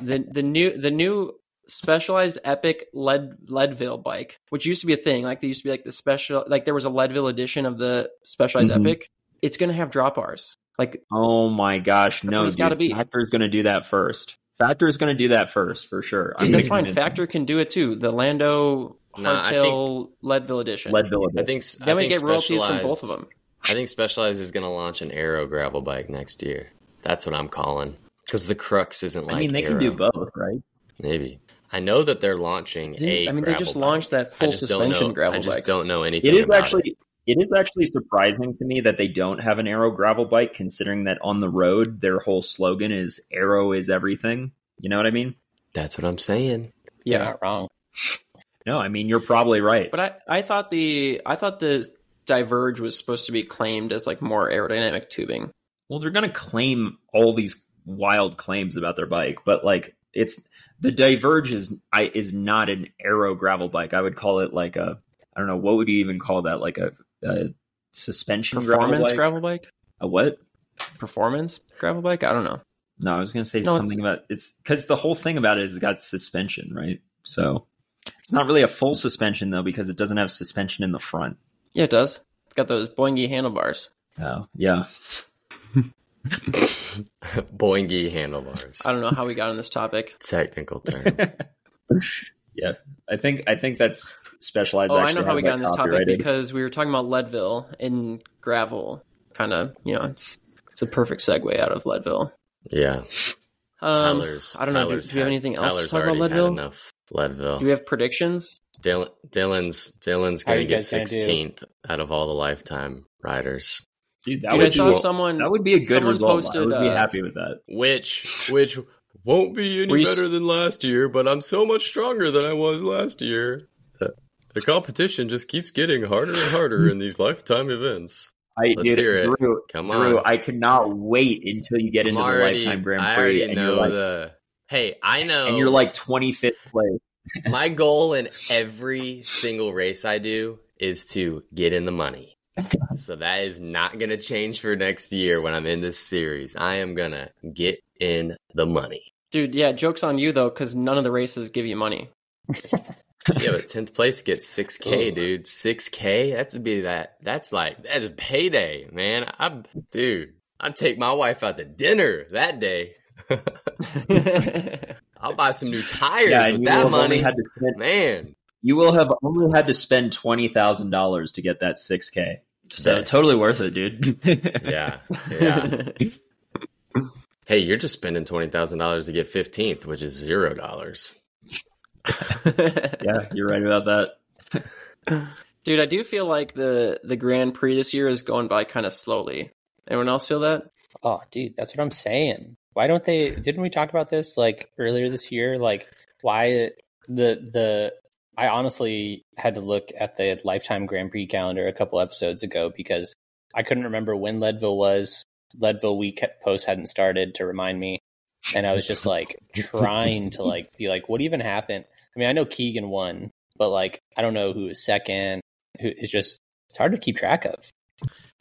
Speaker 1: the the new the new Specialized Epic Lead Leadville bike, which used to be a thing, like they used to be like the special, like there was a Leadville edition of the Specialized
Speaker 2: Mhm.
Speaker 1: Epic. It's gonna have drop bars. Like
Speaker 2: Oh my gosh,
Speaker 1: That's
Speaker 2: no!
Speaker 1: what it's gotta
Speaker 2: dude.
Speaker 1: be.
Speaker 2: Factor's going to do that first. Factor's going to do that first for sure.
Speaker 1: dude,
Speaker 2: I'm
Speaker 1: that's
Speaker 2: gonna
Speaker 1: fine.
Speaker 2: convince
Speaker 1: Factor can do it too. The Lando
Speaker 3: Nah, I think-
Speaker 1: Hardtail Leadville edition.
Speaker 2: him. Leadville.
Speaker 3: I think s-
Speaker 1: then
Speaker 3: I
Speaker 1: we
Speaker 3: think
Speaker 1: get royalties from both of
Speaker 3: Specialized-
Speaker 1: them.
Speaker 3: I think Specialized is going to launch an aero gravel bike next year. That's what I'm calling because the crux isn't like.
Speaker 2: I mean, they can do
Speaker 3: Aero.
Speaker 2: both, right?
Speaker 3: Maybe I know that they're launching
Speaker 1: Didn't-
Speaker 3: a.
Speaker 1: I mean, they
Speaker 3: gravel
Speaker 1: just
Speaker 3: bike.
Speaker 1: launched that
Speaker 3: I
Speaker 1: full
Speaker 3: just don't
Speaker 1: suspension
Speaker 3: know-
Speaker 1: gravel
Speaker 3: I just
Speaker 1: bike.
Speaker 3: don't know anything.
Speaker 2: It is
Speaker 3: about
Speaker 2: actually it is actually surprising to me that they don't have an aero gravel bike, considering that on the road their whole slogan is "aero is everything." You know what I mean?
Speaker 3: That's what I'm saying.
Speaker 4: You're
Speaker 1: yeah.
Speaker 4: not wrong.
Speaker 2: No, I mean you're probably right.
Speaker 1: But I, I thought the I thought the diverge was supposed to be claimed as like more aerodynamic tubing.
Speaker 2: Well, they're going to claim all these wild claims about their bike, but like it's the Diverge is I is not an aero gravel bike. I would call it like a I don't know what would you even call that like a, a suspension gravel
Speaker 1: Performance
Speaker 2: bike?
Speaker 1: gravel bike?
Speaker 2: a what?
Speaker 1: Performance gravel bike? I don't know.
Speaker 2: No, I was going to say
Speaker 1: No, it's-
Speaker 2: something about it's because the whole thing about it is it's got suspension, right? So it's not really a full suspension though because it doesn't have suspension in the front.
Speaker 1: Yeah, it does. It's got those boingy handlebars.
Speaker 2: Oh yeah,
Speaker 3: (laughs) Boingy handlebars.
Speaker 1: I don't know how we got on this topic. (laughs)
Speaker 3: Technical term.
Speaker 2: I think I think that's specialized.
Speaker 1: Oh, I
Speaker 2: actually
Speaker 1: know how
Speaker 2: has
Speaker 1: we
Speaker 2: that
Speaker 1: got on this topic
Speaker 2: copyrighted.
Speaker 1: because we were talking about Leadville and gravel. Kind of, you know, it's it's a perfect segue out of Leadville.
Speaker 3: Yeah.
Speaker 1: Um,
Speaker 3: Tyler's.
Speaker 1: I don't know. Do,
Speaker 3: Tyler's
Speaker 1: do we have
Speaker 3: had-
Speaker 1: anything else
Speaker 3: Tyler's
Speaker 1: to talk about
Speaker 3: already had
Speaker 1: Leadville?
Speaker 3: enough. Leadville.
Speaker 1: Do we have predictions?
Speaker 3: Dylan, Dylan's Dylan's
Speaker 4: How
Speaker 3: going
Speaker 4: you
Speaker 3: to get
Speaker 4: guys gonna do?
Speaker 3: 16th out of all the lifetime riders.
Speaker 2: Dude, that
Speaker 1: Dude, I
Speaker 2: would, be,
Speaker 1: saw someone.
Speaker 2: that would be a good
Speaker 1: someone
Speaker 2: result. I
Speaker 1: posted,
Speaker 2: would be
Speaker 1: uh,
Speaker 2: happy with that.
Speaker 3: which which won't be
Speaker 1: Were
Speaker 3: any
Speaker 1: you
Speaker 3: better
Speaker 1: s-
Speaker 3: than last year, but I'm so much stronger than I was last year. The, the competition just keeps getting harder and harder in these lifetime events.
Speaker 2: I,
Speaker 3: Let's
Speaker 2: dude,
Speaker 3: hear it.
Speaker 2: Drew,
Speaker 3: Come on,
Speaker 2: Drew, I cannot wait until you get
Speaker 3: I'm
Speaker 2: into
Speaker 3: already-
Speaker 2: the lifetime Grand
Speaker 3: I
Speaker 2: Prix,
Speaker 3: already
Speaker 2: and
Speaker 3: know
Speaker 2: you're like,
Speaker 3: the. Hey, I know.
Speaker 2: and you're like 25th place.
Speaker 3: my goal in every single race I do is to get in the money. So that is not going to change for next year when I'm in this series. I am going to get in the money.
Speaker 1: Dude, yeah, joke's on you, though, because none of the races give you money.
Speaker 3: Yeah,
Speaker 2: (laughs)
Speaker 3: but 10th place gets 6K,
Speaker 2: Oh.
Speaker 4: Ugh.
Speaker 3: dude. 6K? That's be that. That's like, that's a payday, man. I, dude, I'd take my wife out to dinner that day.
Speaker 1: (laughs) Dude,
Speaker 3: I'll buy some new tires
Speaker 2: yeah,
Speaker 3: with
Speaker 2: and you will
Speaker 3: that
Speaker 2: have only
Speaker 3: money.
Speaker 2: had to spend
Speaker 3: Man.
Speaker 2: You will have only had to spend twenty thousand dollars to get that six k. So
Speaker 3: Yes.
Speaker 2: totally worth it, dude. (laughs)
Speaker 3: Yeah. Yeah. Hey, you're just spending twenty thousand dollars to get fifteenth, which is zero dollars.
Speaker 2: yeah, you're right about that.
Speaker 1: I do feel like the the Grand Prix this year is going by kind of slowly. Anyone else feel that?
Speaker 4: Oh, dude, that's what I'm saying. Why don't they? Didn't we talk about this like earlier this year? Like, why the the? I honestly had to look at the lifetime Grand Prix calendar a couple episodes ago because I couldn't remember when Leadville was. Leadville week post hadn't started to remind me, and I was just like trying to like be like, what even happened? I mean, I know Keegan won, but like, I don't know who was second. Who it's just it's hard to keep track of.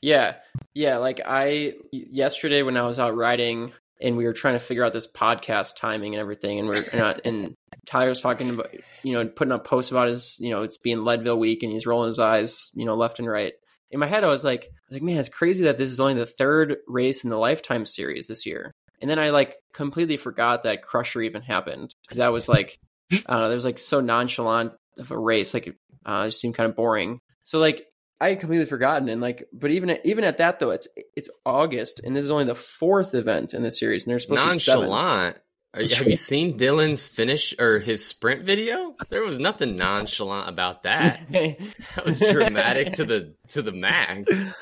Speaker 1: Yeah. Yeah. Like I, yesterday when I was out riding and we were trying to figure out this podcast timing and everything, and we're and, I- and Tyler was talking about, you know, putting up posts about his, you know, it's being Leadville week and he's rolling his eyes, you know, left and right. In my head, I was like, I was like, man, it's crazy that this is only the third race in the Lifetime series this year. And then I like completely forgot that Crusher even happened because that was like, I don't know, there was like so nonchalant of a race. Like, uh, it just seemed kind of boring. So like, I had completely forgotten, and like, but even at, even at that though, it's it's August, and this is only the fourth event in the series, and there's supposed to
Speaker 3: Nonchalant. Are you- have you seen Dylan's finish or his sprint video? There was nothing nonchalant about
Speaker 2: (laughs)
Speaker 1: be (laughs)
Speaker 3: that.
Speaker 1: seven.
Speaker 3: That was dramatic to the to the max.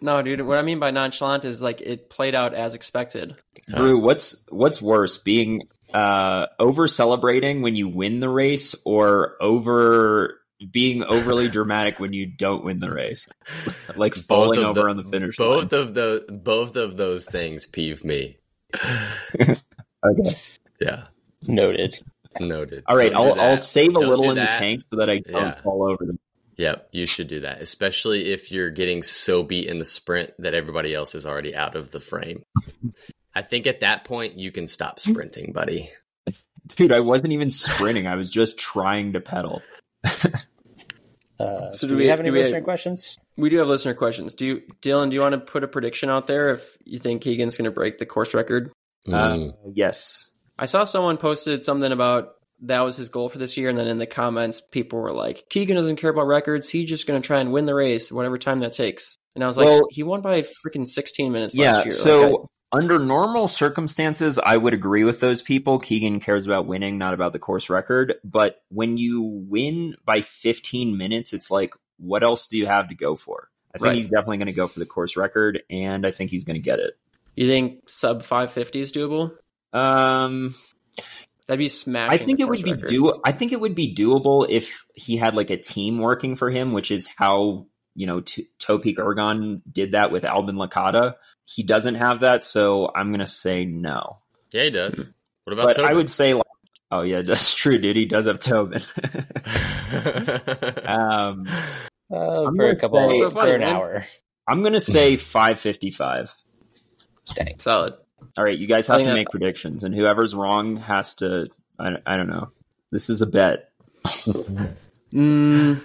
Speaker 1: no, dude, what I mean by nonchalant is like it played out as expected.
Speaker 2: Drew, what's what's worse, being uh, over celebrating when you win the race, or over being overly dramatic when you don't win the race, like
Speaker 3: Both
Speaker 2: falling
Speaker 3: of
Speaker 2: over
Speaker 3: the-
Speaker 2: on the finish
Speaker 3: Both of the both of those things peeve me.
Speaker 2: line? Okay.
Speaker 3: Yeah,
Speaker 4: Noted.
Speaker 3: noted.
Speaker 2: All right,
Speaker 3: Don't do
Speaker 2: I'll, I'll
Speaker 3: that.
Speaker 2: save a
Speaker 3: Don't
Speaker 2: little
Speaker 3: do
Speaker 2: in the
Speaker 3: that.
Speaker 2: tank so that I don't
Speaker 3: Yeah.
Speaker 2: fall over. Them.
Speaker 3: Yep, you should do that, especially if you're getting so beat in the sprint that everybody else is already out of the
Speaker 4: (laughs)
Speaker 3: frame. I think at that point you can stop
Speaker 4: Hmm.
Speaker 3: sprinting, buddy.
Speaker 2: Dude, I wasn't even sprinting. I was just trying to pedal.
Speaker 4: Uh,
Speaker 1: So
Speaker 4: do,
Speaker 1: do
Speaker 4: we,
Speaker 1: we-
Speaker 4: have any
Speaker 1: do we-
Speaker 4: listener questions?
Speaker 1: We do have listener questions. Do you, Dylan? Do you want to put a prediction out there if you think Keegan's going to break the course record?
Speaker 4: Hmm.
Speaker 3: Mm.
Speaker 2: Uh, yes,
Speaker 1: I saw someone posted something about that was his goal for this year, and then in the comments, people were like, "Keegan doesn't care about records. He's just going to try and win the race, whatever time that takes." And I was like,
Speaker 2: Well-
Speaker 1: "He won by freaking 16 minutes
Speaker 2: yeah,
Speaker 1: last year."
Speaker 2: So
Speaker 1: Like,
Speaker 2: under normal circumstances, I would agree with those people. Keegan cares about winning, not about the course record. But when you win by 15 minutes, it's like, what else do you have to go for? I think
Speaker 1: Right.
Speaker 2: he's definitely going to go for the course record, and I think he's going to get it.
Speaker 1: I- you think sub 550 is doable?
Speaker 2: Um,
Speaker 1: That'd be smashing.
Speaker 2: I think
Speaker 1: the
Speaker 2: it would
Speaker 1: course
Speaker 2: be
Speaker 1: record.
Speaker 2: do. I think it would be doable if he had like a team working for him, which is how you know T- Topik Ergon did that with Albin Lakata. He doesn't have that, so I'm going to say no.
Speaker 3: Yeah, he does. What about
Speaker 2: but
Speaker 3: Tobin?
Speaker 2: I
Speaker 4: (laughs)
Speaker 2: would say, like, oh yeah, (laughs) that's true, dude. He does have Tobin. (laughs) um,
Speaker 4: Uh,
Speaker 2: I'm
Speaker 4: for a
Speaker 2: gonna
Speaker 4: couple,
Speaker 2: say-
Speaker 1: So
Speaker 4: for
Speaker 1: funny,
Speaker 4: an
Speaker 1: man.
Speaker 4: hour.
Speaker 2: I'm gonna say five fifty five.
Speaker 4: Dang.
Speaker 1: solid.
Speaker 2: All right, you guys have
Speaker 1: I think
Speaker 2: to
Speaker 1: I-
Speaker 2: make predictions, and whoever's wrong has to. I, I don't know. This is a bet. (laughs)
Speaker 1: Mm,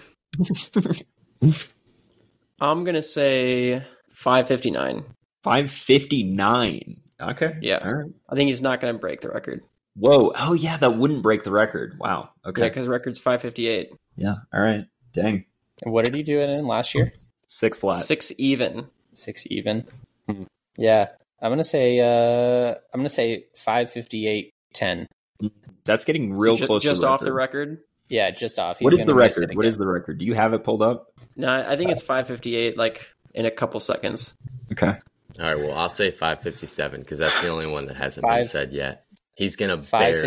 Speaker 1: I'm gonna say 559.
Speaker 2: Five fifty nine. Okay.
Speaker 1: Yeah.
Speaker 2: All right.
Speaker 1: I think he's not gonna break the record.
Speaker 2: Whoa. Oh yeah, that wouldn't break the record. Wow. Okay.
Speaker 1: Yeah, because record's 558,
Speaker 2: yeah. All right. Dang.
Speaker 4: And what did he do it in last year?
Speaker 2: Six flat.
Speaker 1: six even.
Speaker 4: Six even.
Speaker 2: Hmm.
Speaker 4: Yeah, I'm gonna say. Uh, I'm gonna say five fifty eight ten.
Speaker 2: That's getting real
Speaker 1: So ju-
Speaker 2: close.
Speaker 1: Just
Speaker 2: to
Speaker 1: off the record.
Speaker 4: Yeah, just off.
Speaker 2: What
Speaker 4: He's
Speaker 2: is the
Speaker 4: gonna miss
Speaker 2: record?
Speaker 4: it
Speaker 2: What
Speaker 4: again.
Speaker 2: is the record? Do you have it pulled up?
Speaker 1: No, I think it's 558, like in a couple seconds.
Speaker 2: Okay.
Speaker 3: (laughs) All right, well, I'll say 557 because that's the only one that hasn't been
Speaker 4: Five-
Speaker 3: said yet. He's gonna barely.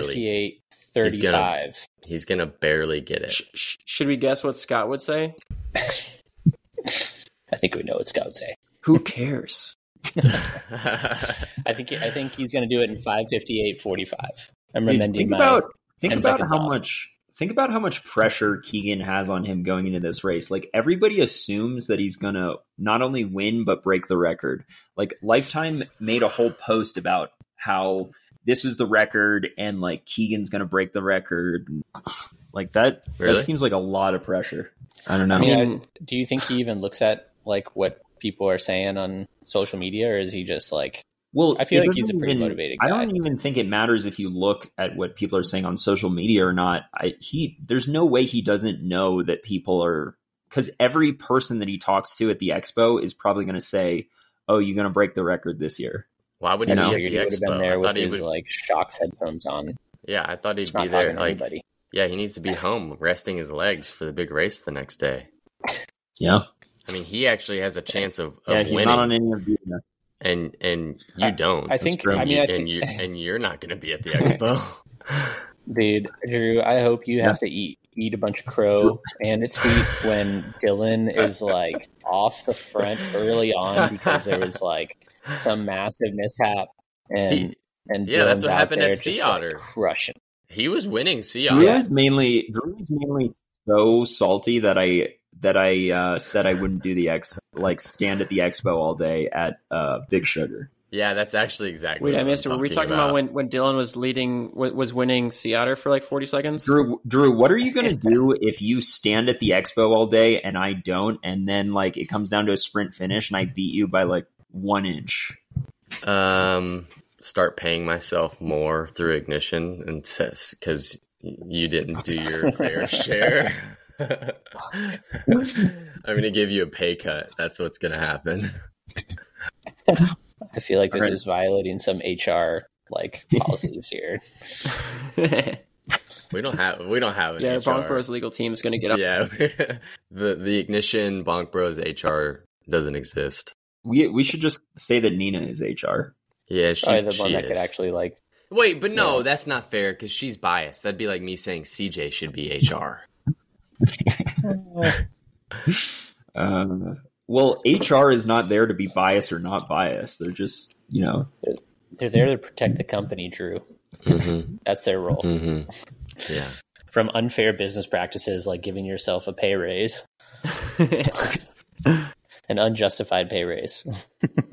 Speaker 4: 558
Speaker 3: He's gonna-
Speaker 4: 35.
Speaker 3: He's gonna barely get it.
Speaker 4: (laughs)
Speaker 1: Sh- sh- should we guess what Scott would say?
Speaker 4: I think we know what Scott would say.
Speaker 1: Who cares?
Speaker 4: I think I think he's going to do it in 558.45. I'm
Speaker 2: Dude,
Speaker 4: remembering
Speaker 2: think
Speaker 4: my.
Speaker 2: about think
Speaker 4: 10
Speaker 2: about
Speaker 4: seconds
Speaker 2: how
Speaker 4: off.
Speaker 2: much think about how much pressure Keegan has on him going into this race. Like everybody assumes that he's gonna not only win but break the record. Like Lifetime made a whole post about how this is the record and like Keegan's gonna break the record. Like that
Speaker 3: (laughs) Really?
Speaker 2: that seems like a lot of pressure. I don't know.
Speaker 1: I
Speaker 4: I mean,
Speaker 1: mean-
Speaker 4: do you think he even looks at like what people are saying on social media, or is he just like
Speaker 2: Well,
Speaker 4: I feel
Speaker 2: it
Speaker 4: like he's a
Speaker 2: doesn't
Speaker 4: pretty
Speaker 2: even-
Speaker 4: motivated
Speaker 2: I
Speaker 4: guy.
Speaker 2: don't even think it matters if you look at what people are saying on social media or not. I, he, there's no way he doesn't know that people are because every person that he talks to at the expo is probably going to say, "Oh, you're going to break the record this year."
Speaker 3: Why would
Speaker 2: You
Speaker 3: he
Speaker 2: know.
Speaker 3: be
Speaker 4: figured he
Speaker 3: at
Speaker 4: would
Speaker 3: the
Speaker 4: have been
Speaker 3: expo?
Speaker 4: there
Speaker 3: I
Speaker 4: with
Speaker 3: thought he would.
Speaker 4: his like shocks headphones on?
Speaker 3: yeah, I thought he'd
Speaker 4: He's not
Speaker 3: be
Speaker 4: talking
Speaker 3: there.
Speaker 4: to
Speaker 3: Like,
Speaker 4: anybody.
Speaker 3: yeah, he needs to be home, resting his legs for the big race the next day.
Speaker 2: Yeah,
Speaker 3: I mean, he actually has a chance of, of
Speaker 2: yeah. He's
Speaker 3: winning,
Speaker 2: not on any of the.
Speaker 3: and and you
Speaker 4: I-
Speaker 3: don't.
Speaker 4: I think-
Speaker 2: I
Speaker 3: and
Speaker 4: mean,
Speaker 3: you,
Speaker 4: I
Speaker 3: and
Speaker 4: think-
Speaker 3: you and you're not going to be at the expo.
Speaker 4: Dude, Drew, I hope you have to eat eat a bunch of crow and its feet when Dylan is like off the front early on because there was like some massive mishap and
Speaker 3: He-
Speaker 4: and
Speaker 3: yeah, that's
Speaker 4: Dylan's
Speaker 3: what
Speaker 4: out
Speaker 3: happened at
Speaker 4: there just,
Speaker 3: Sea
Speaker 4: like,
Speaker 3: Otter.
Speaker 4: crushing.
Speaker 3: he was winning. See,
Speaker 2: Drew
Speaker 3: yeah.
Speaker 2: is mainly Drew is mainly so salty that I that I uh, said I wouldn't do the ex like stand at the expo all day at uh, Big Sugar.
Speaker 3: yeah, that's actually exactly.
Speaker 1: Wait,
Speaker 3: what
Speaker 1: I missed it.
Speaker 3: I'm
Speaker 1: Were we talking about, when, when Dylan was leading, wa- was winning Sea Otter for like 40 seconds?
Speaker 2: Drew, Drew, what are you
Speaker 3: (laughs)
Speaker 2: going to do if you stand at the expo all day and I don't, and then like it comes down to a sprint finish and I beat you by like one inch?
Speaker 3: Um, start paying myself more through ignition and because you didn't do your fair share. (laughs) I'm gonna give you a pay cut. That's what's gonna happen.
Speaker 4: I feel like this
Speaker 2: Alright.
Speaker 4: is violating some HR
Speaker 3: (laughs)
Speaker 4: like policies here.
Speaker 1: yeah,
Speaker 3: We don't have we don't have an HR.
Speaker 1: Bonk Bros legal team is going to get
Speaker 3: (laughs)
Speaker 1: up.
Speaker 3: Yeah, the the ignition Bonk Bros HR doesn't exist.
Speaker 2: We we should just say that Nina is HR.
Speaker 3: Yeah, she,
Speaker 4: Probably the
Speaker 3: she
Speaker 4: one that could
Speaker 3: is.
Speaker 4: actually like
Speaker 3: Wait, but no,
Speaker 4: Yeah.
Speaker 3: that's not fair because she's biased. That'd be like me saying CJ should
Speaker 4: (laughs)
Speaker 3: be HR.
Speaker 2: Uh, well, HR is not there to be biased or not biased. They're just you know
Speaker 4: they're there to protect the company, Drew.
Speaker 3: Mm-hmm,
Speaker 4: That's their role.
Speaker 3: mm-hmm. Yeah.
Speaker 4: From unfair business practices like giving yourself a pay (laughs) raise, an unjustified pay raise.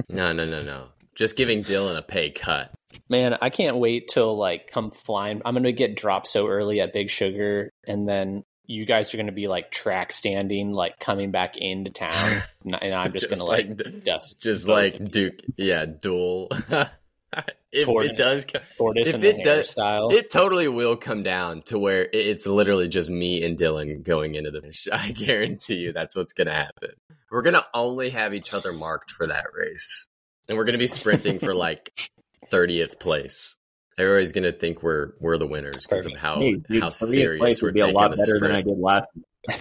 Speaker 3: No, no, no, no. Just giving Dylan a pay cut.
Speaker 4: Man, I can't wait till like come flying. I'm gonna get dropped so early at Big Sugar, and then you guys are gonna be like track standing, like coming back into (laughs) town, and and I'm just,
Speaker 3: (laughs) Just
Speaker 4: gonna like,
Speaker 3: like-
Speaker 4: dust
Speaker 3: Just
Speaker 4: both
Speaker 3: like
Speaker 4: of you.
Speaker 3: Duke, yeah, duel. (laughs) if
Speaker 4: Torn.
Speaker 3: it does, co-
Speaker 4: tortoise
Speaker 3: if
Speaker 4: and the
Speaker 3: it does-
Speaker 4: hairstyle.
Speaker 3: it totally will come down to where it- it's literally just me and Dylan going into the finish. (laughs) I guarantee you, that's what's gonna happen. We're gonna only have each other marked for that race, and we're gonna be sprinting
Speaker 2: (laughs)
Speaker 3: for like thirtieth place. Everybody's gonna think we're we're the winners because of
Speaker 4: Perfect.
Speaker 3: Oh, how
Speaker 2: hey, dude,
Speaker 3: how
Speaker 2: 30th
Speaker 3: serious
Speaker 2: place
Speaker 3: we're
Speaker 2: would be a
Speaker 3: taking
Speaker 2: lot
Speaker 3: the
Speaker 2: better than I
Speaker 3: sprint.
Speaker 2: did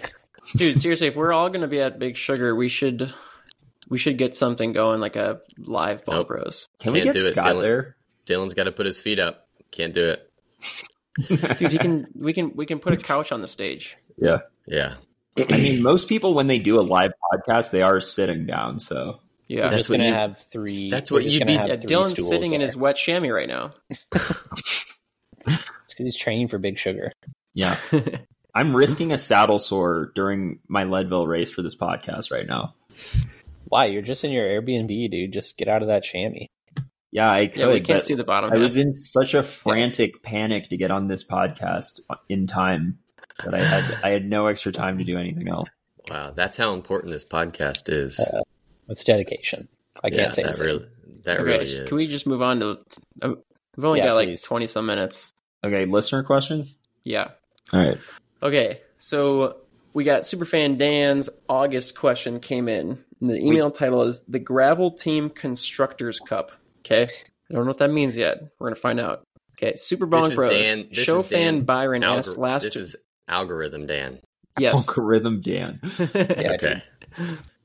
Speaker 2: last.
Speaker 1: Dude, seriously, if we're all going to be at Big Sugar, we should we should get something going like a live Bonk
Speaker 3: Nope.
Speaker 1: Bros.
Speaker 2: Can we
Speaker 3: Can't
Speaker 2: get
Speaker 3: do it,
Speaker 2: Scott
Speaker 3: Dylan.
Speaker 2: there?
Speaker 3: Dylan's got to put his feet up. Can't do it.
Speaker 1: Dude, he can we can we can put a couch on the stage.
Speaker 2: Yeah,
Speaker 3: Yeah,
Speaker 2: I mean most people when they do a live podcast they are sitting down. So
Speaker 4: We're
Speaker 1: Yeah.
Speaker 3: That's
Speaker 4: just
Speaker 3: what
Speaker 4: gonna
Speaker 3: you-
Speaker 4: have three.
Speaker 3: that's
Speaker 4: we're
Speaker 3: what
Speaker 4: just
Speaker 3: you
Speaker 4: gonna
Speaker 3: need-
Speaker 4: have
Speaker 1: Yeah,
Speaker 4: three
Speaker 1: Dylan's
Speaker 4: stools
Speaker 1: sitting in
Speaker 4: there.
Speaker 1: his wet chamois right now.
Speaker 4: He's training for Big Sugar.
Speaker 2: yeah, I'm risking a saddle sore during my Leadville race for this podcast right now.
Speaker 4: Why? You're just in your Airbnb, dude. Just get out of that chamois.
Speaker 2: Yeah, I could.
Speaker 1: Yeah, we can't
Speaker 2: but
Speaker 1: see the bottom
Speaker 2: I
Speaker 1: half.
Speaker 2: was in such a frantic panic to get on this podcast in time that I had I had no extra time to do anything else.
Speaker 3: wow. That's how important this podcast is.
Speaker 2: Uh,
Speaker 4: That's dedication. I
Speaker 3: yeah,
Speaker 4: can't say
Speaker 3: that
Speaker 4: the
Speaker 3: really, that
Speaker 1: Okay,
Speaker 3: really is.
Speaker 1: Can we just move on to? uh, We've only
Speaker 4: Yeah,
Speaker 1: got like
Speaker 4: please.
Speaker 1: twenty some minutes.
Speaker 2: Okay, listener questions.
Speaker 1: Yeah.
Speaker 2: All right.
Speaker 1: Okay, so we got Superfan Dan's August question came in. And the email title is The Gravel Team Constructors Cup. Okay. I don't know what that means yet. We're going to find out. Okay, Super Bone
Speaker 3: This is
Speaker 1: Bros.
Speaker 3: Dan- this is
Speaker 1: Show
Speaker 3: Dan
Speaker 1: fan Byron asked
Speaker 3: Algor-
Speaker 1: last.
Speaker 3: this is algorithm, Dan.
Speaker 1: yes.
Speaker 2: Algorithm Dan.
Speaker 3: Okay.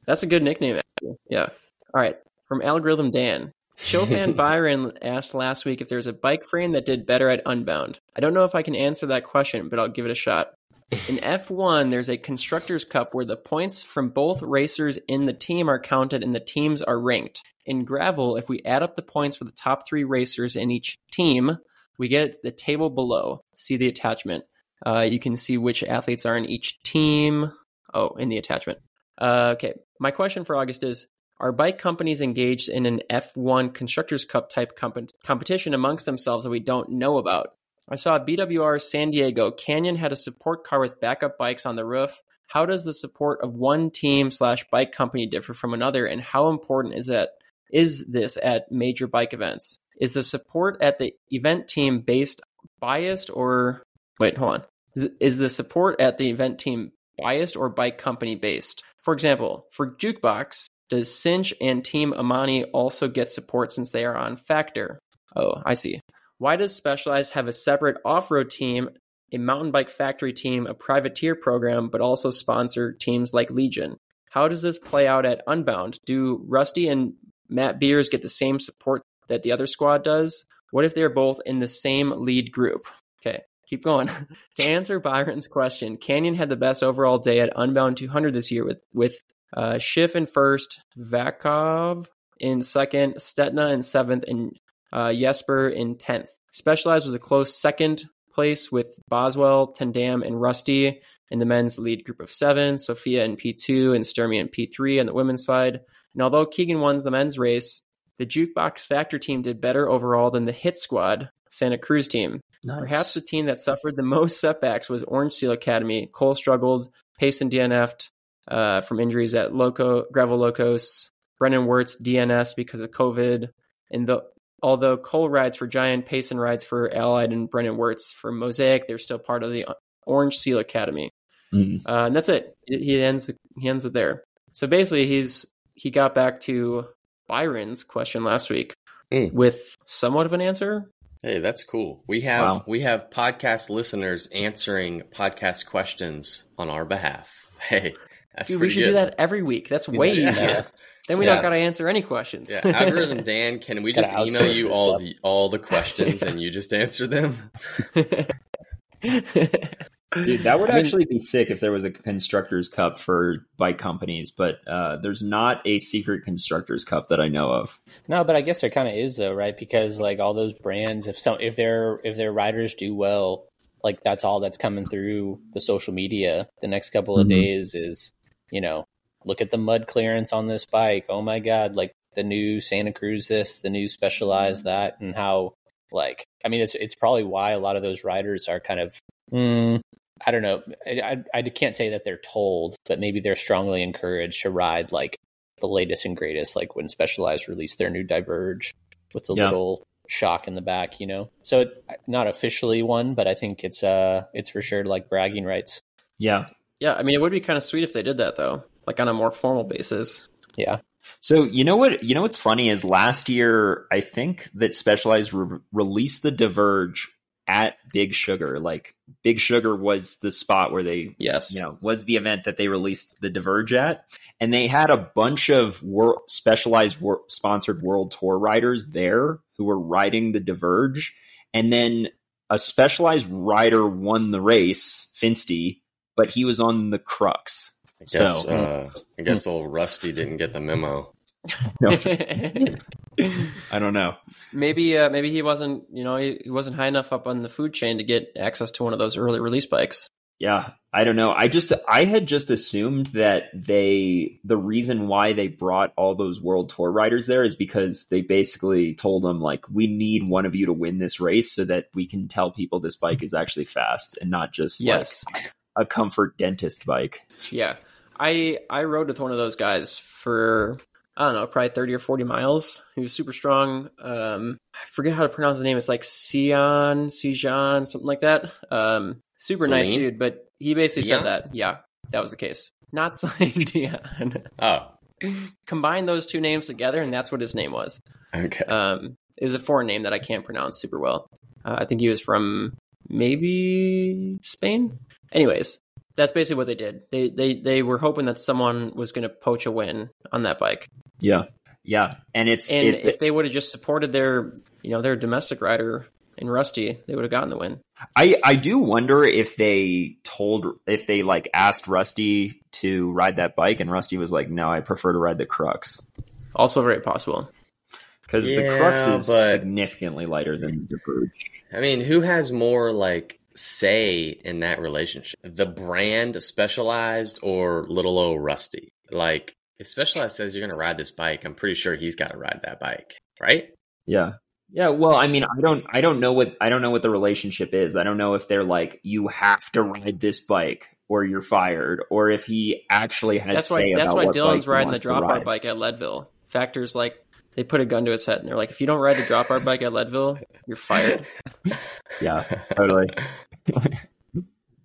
Speaker 1: That's a good nickname. actually. Yeah. All right. From Algorithm Dan. Show fan Byron asked last week if there's a bike frame that did better at Unbound. I don't know if I can answer that question, but I'll give it a shot. In F1, there's a Constructors' Cup where the points from both racers in the team are counted and the teams are ranked. In Gravel, if we add up the points for the top three racers in each team, we get the table below. See the attachment. Uh, you can see which athletes are in each team. Oh, in the attachment. Uh, okay. My question for August is Are bike companies engaged in an F1 Constructors' Cup type comp- competition amongst themselves that we don't know about? I saw BWR San Diego. Canyon had a support car with backup bikes on the roof. How does the support of one team slash bike company differ from another, and how important is that? Is this at major bike events? Is the support at the event team based biased or wait? Hold on. Is- Is the support at the event team biased or bike company based. For example, for Jukebox, does Cinch and Team Amani also get support since they are on Factor? Oh, I see. Why does Specialized have a separate off road team, a mountain bike factory team, a privateer program, but also sponsor teams like Legion? How does this play out at Unbound? Do Rusty and Matt Beers get the same support that the other squad does? What if they're both in the same lead group? Okay, keep going. (laughs) to answer Byron's question, Canyon had the best overall day at Unbound 200 this year with with uh, Schiff in first, Vakov in second, Stetna in seventh, and uh, Jesper in tenth. Specialized was a close second place with Boswell, Tendam, and Rusty in the men's lead group of seven, Sophia in P2, and Sturmey in P3 on the women's side. And although Keegan won the men's race, the Jukebox Factor team did better overall than the Hit Squad Santa Cruz team. Perhaps the team that suffered the most setbacks was Orange Seal Academy. Cole struggled, Payson DNF'd uh, from injuries at Loco Gravel Locos. Brennan Wirtz DNS because of COVID. And the, although Cole rides for Giant, Payson rides for Allied, and Brennan Wirtz for Mosaic, they're still part of the Orange Seal Academy.
Speaker 2: Mm.
Speaker 1: Uh, and that's it. He- He ends he ends it there. So basically, he's he got back to Byron's question last week
Speaker 3: Mm.
Speaker 1: with somewhat of an answer.
Speaker 3: Hey, that's cool. We have
Speaker 2: Wow.
Speaker 3: we have podcast listeners answering podcast questions on our behalf. (laughs) Hey, that's
Speaker 1: Dude, we
Speaker 3: pretty
Speaker 1: should
Speaker 3: good.
Speaker 1: do that every week. That's way
Speaker 4: that.
Speaker 1: easier.
Speaker 3: (laughs) Yeah.
Speaker 1: Then we
Speaker 3: Yeah.
Speaker 1: don't got to answer any questions.
Speaker 3: Yeah, algorithm Dan, can we
Speaker 4: Gotta
Speaker 3: just email
Speaker 4: outsource
Speaker 3: you
Speaker 4: this
Speaker 3: all
Speaker 4: stuff.
Speaker 3: the all the questions and you just answer them?
Speaker 2: Dude, that would
Speaker 4: I mean-
Speaker 2: actually be sick if there was a constructors cup for bike companies, but uh, there's not a secret constructors cup that I know of.
Speaker 4: No, but I guess there kind of is though, right? Because like all those brands, if some if their if their riders do well, like that's all that's coming through the social media. The next couple of
Speaker 2: Mhm.
Speaker 3: Mm-hmm.
Speaker 4: days is, you know, look at the mud clearance on this bike. Oh my god, like the new Santa Cruz this, the new
Speaker 3: Mm-hmm.
Speaker 4: Specialized that, and how like I mean, it's it's probably why a lot of those riders are kind of. Mm, I don't know. I, I, I can't say that they're told, but maybe they're strongly encouraged to ride like the latest and greatest, like when Specialized released their new Diverge with a
Speaker 2: Yeah.
Speaker 4: little shock in the back, you know. So it's uh, not officially one, but I think it's uh it's for sure like bragging rights.
Speaker 2: Yeah.
Speaker 1: (laughs) yeah, I mean, it would be kind of sweet if they did that though, like on a more formal basis.
Speaker 2: So you know what? You know what's funny is last year I think that Specialized re- released the Diverge at Big Sugar. Like Big Sugar was the spot where they
Speaker 1: Yes. (laughs)
Speaker 2: you know, was the event that they released the Diverge at, and they had a bunch of wor- specialized wor- sponsored World Tour riders there who were riding the Diverge, and then a specialized rider won the race, Finsty, but he was on the Crux.
Speaker 3: I guess
Speaker 2: So-
Speaker 3: uh, I guess old Rusty didn't get the memo.
Speaker 2: I don't know.
Speaker 1: maybe uh, maybe he wasn't you know he, he wasn't high enough up on the food chain to get access to one of those early release bikes.
Speaker 2: Yeah, I don't know. I just I had just assumed that they the reason why they brought all those world tour riders there is because they basically told them like we need one of you to win this race so that we can tell people this bike is actually fast and not just
Speaker 1: Yes.
Speaker 2: like a comfort dentist bike.
Speaker 1: Yeah. I I rode with one of those guys for I don't know, probably 30 or 40 miles. He was super strong. Um I forget how to pronounce his name. It's like Sion, Sijan, something like that. Um super nice
Speaker 3: Celine?
Speaker 1: dude, but he basically
Speaker 3: Dion?
Speaker 1: said that. Yeah. That was the case. Not (laughs) Celine Dion.
Speaker 3: Oh,
Speaker 1: Combine those two names together and that's what his name was.
Speaker 3: okay.
Speaker 1: Um it was a foreign name that I can't pronounce super well. Uh, I think he was from maybe Spain. Anyways, that's basically what they did. They they they were hoping that someone was going to poach a win on that bike.
Speaker 2: Yeah. Yeah. And it's,
Speaker 1: And
Speaker 2: it's
Speaker 1: if they would have just supported their, you know, their domestic rider in Rusty, they would have gotten the win.
Speaker 2: I, I do wonder if they told if they like asked Rusty to ride that bike and Rusty was like, No, I prefer to ride the crux.
Speaker 1: Also, very possible.
Speaker 2: Because the
Speaker 3: Yeah,
Speaker 2: crux is
Speaker 3: but-
Speaker 2: significantly lighter than the Verge.
Speaker 3: I mean, who has more like say in that relationship? The brand, Specialized, or little old Rusty? Like, if Specialized says you're going to ride this bike, I'm pretty sure he's got to ride that bike, right?
Speaker 2: Yeah. Yeah, well, I mean, I don't I don't know what I don't know what the relationship is. I don't know if they're like, you have to ride this bike or you're fired, or if he actually has
Speaker 1: That's
Speaker 2: say
Speaker 1: why. That's
Speaker 2: about
Speaker 1: why
Speaker 2: what bike
Speaker 1: Dylan's
Speaker 2: he
Speaker 1: riding the
Speaker 2: wants to
Speaker 1: dropout
Speaker 2: ride.
Speaker 1: bike at Leadville. Factors like they put a gun to his head and they're like, if you don't ride the dropout bike at Leadville,
Speaker 2: (laughs)
Speaker 1: you're fired.
Speaker 2: Yeah.
Speaker 1: (laughs)
Speaker 2: totally.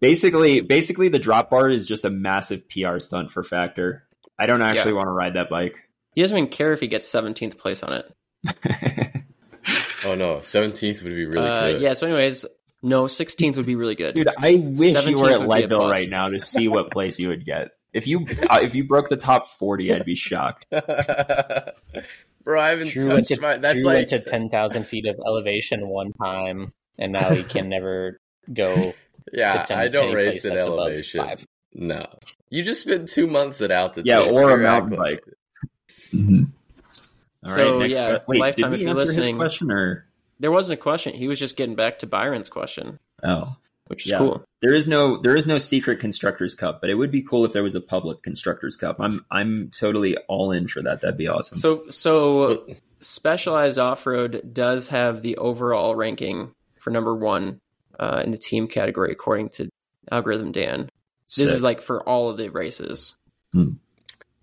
Speaker 2: basically, basically, the drop bar is just a massive PR stunt for Factor. I don't actually want to ride that
Speaker 1: He doesn't even care if he gets 17th place on it.
Speaker 2: bike.
Speaker 3: oh no, seventeenth would be really
Speaker 1: uh,
Speaker 3: good.
Speaker 1: yeah. So, anyways, no, 16th would be really good.
Speaker 2: Dude, I wish you
Speaker 1: 17th
Speaker 2: were at
Speaker 1: would be a
Speaker 2: Leadville
Speaker 1: plus.
Speaker 2: right now to see what place you would get. If you uh, if you broke the top forty, I'd be shocked.
Speaker 3: (laughs) Bro, I haven't
Speaker 4: Drew went
Speaker 3: touched
Speaker 4: to,
Speaker 3: my. That's
Speaker 4: Drew
Speaker 3: like
Speaker 4: went to 10,000 feet of elevation one time, and now he can never
Speaker 3: (laughs)
Speaker 4: go
Speaker 3: yeah.
Speaker 4: to 10,
Speaker 3: I don't
Speaker 4: any
Speaker 3: race
Speaker 4: place
Speaker 3: at
Speaker 4: that's above
Speaker 3: elevation.
Speaker 4: five.
Speaker 3: No, you just spent two months at altitude.
Speaker 2: Yeah, or a
Speaker 3: You're
Speaker 2: mountain
Speaker 3: reckless.
Speaker 1: So, yeah,
Speaker 2: Mm-hmm. did
Speaker 1: Lifetime,
Speaker 2: we
Speaker 1: if you're
Speaker 2: answer his
Speaker 1: listening-
Speaker 2: question or
Speaker 1: There wasn't a question. He was just getting back to Byron's question,
Speaker 2: oh,
Speaker 1: which is
Speaker 2: Yeah.
Speaker 1: cool.
Speaker 2: there is no there is no secret constructors cup, but it would be cool if there was a public constructors cup. I'm I'm totally all in for that. That'd be awesome.
Speaker 1: So, so Specialized Off Road does have the overall ranking for number one uh, in the team category, according to Algorithm Dan. This
Speaker 2: Sick.
Speaker 1: is like for all of the races.
Speaker 2: Hmm.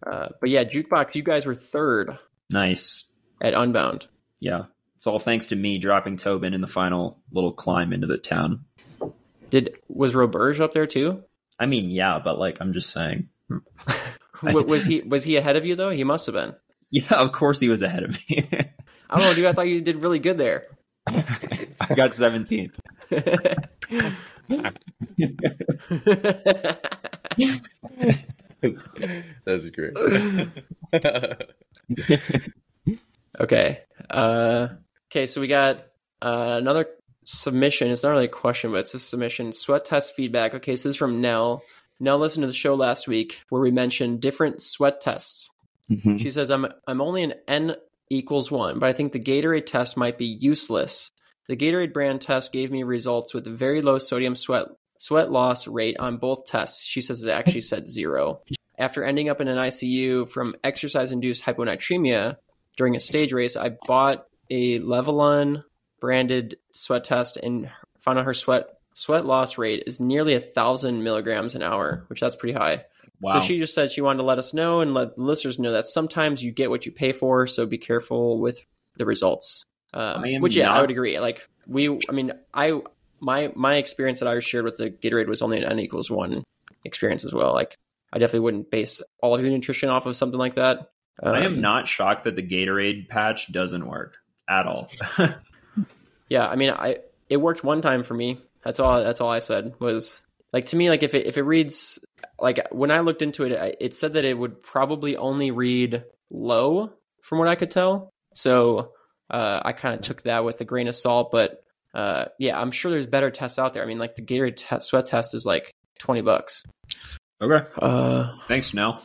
Speaker 1: Uh, but yeah, Jukebox, you guys were third
Speaker 2: nice.
Speaker 1: at Unbound.
Speaker 2: Yeah, it's all thanks to me dropping Tobin in the final little climb into the town.
Speaker 1: Did was Roberge up there too?
Speaker 2: I mean, yeah, but like I'm just saying. (laughs) I-
Speaker 1: W- was he was he ahead of you though? He must have been.
Speaker 2: Yeah, of course he was ahead of me. (laughs)
Speaker 1: I don't know, dude. I thought you did really good there. (laughs)
Speaker 2: I got 17th.
Speaker 3: (laughs) That's
Speaker 4: (laughs)
Speaker 3: great.
Speaker 1: Okay. Uh, okay, so we got uh, another submission. It's not really a question, but it's a submission. Sweat test feedback. Okay, so this is from Nell. Nell listened to the show last week where we mentioned different sweat tests.
Speaker 2: Mm-hmm.
Speaker 1: She says, "I'm I'm only an N equals one, but I think the Gatorade test might be useless. The Gatorade brand test gave me results with very low sodium sweat sweat loss rate on both tests. She says it actually said zero. After ending up in an ICU from exercise induced hyponatremia during a stage race, I bought a Levelon branded sweat test and found out her sweat sweat loss rate is nearly a thousand milligrams an hour, which that's pretty high.
Speaker 2: Wow.
Speaker 1: So she just said she wanted to let us know and let the listeners know that sometimes you get what you pay for, so be careful with the results. Um,
Speaker 2: I am
Speaker 1: which yeah, I
Speaker 2: not-
Speaker 1: would agree. Like we, I mean, I my my experience that I shared with the Gatorade was only an n equals one experience as well. Like I definitely wouldn't base all of your nutrition off of something like that.
Speaker 2: I
Speaker 1: Um,
Speaker 2: am not shocked that the Gatorade patch doesn't work at all.
Speaker 1: Yeah, I mean, I it worked one time for me. That's all. That's all I said was like to me, like if it if it reads like when I looked into it, I- it said that it would probably only read low from what I could tell. So uh, I kind of took that with a grain of salt, but uh, yeah, I'm sure there's better tests out there. I mean, like the Gatorade te- sweat test is like twenty bucks.
Speaker 2: okay.
Speaker 1: Uh, (laughs)
Speaker 2: Thanks, Nell.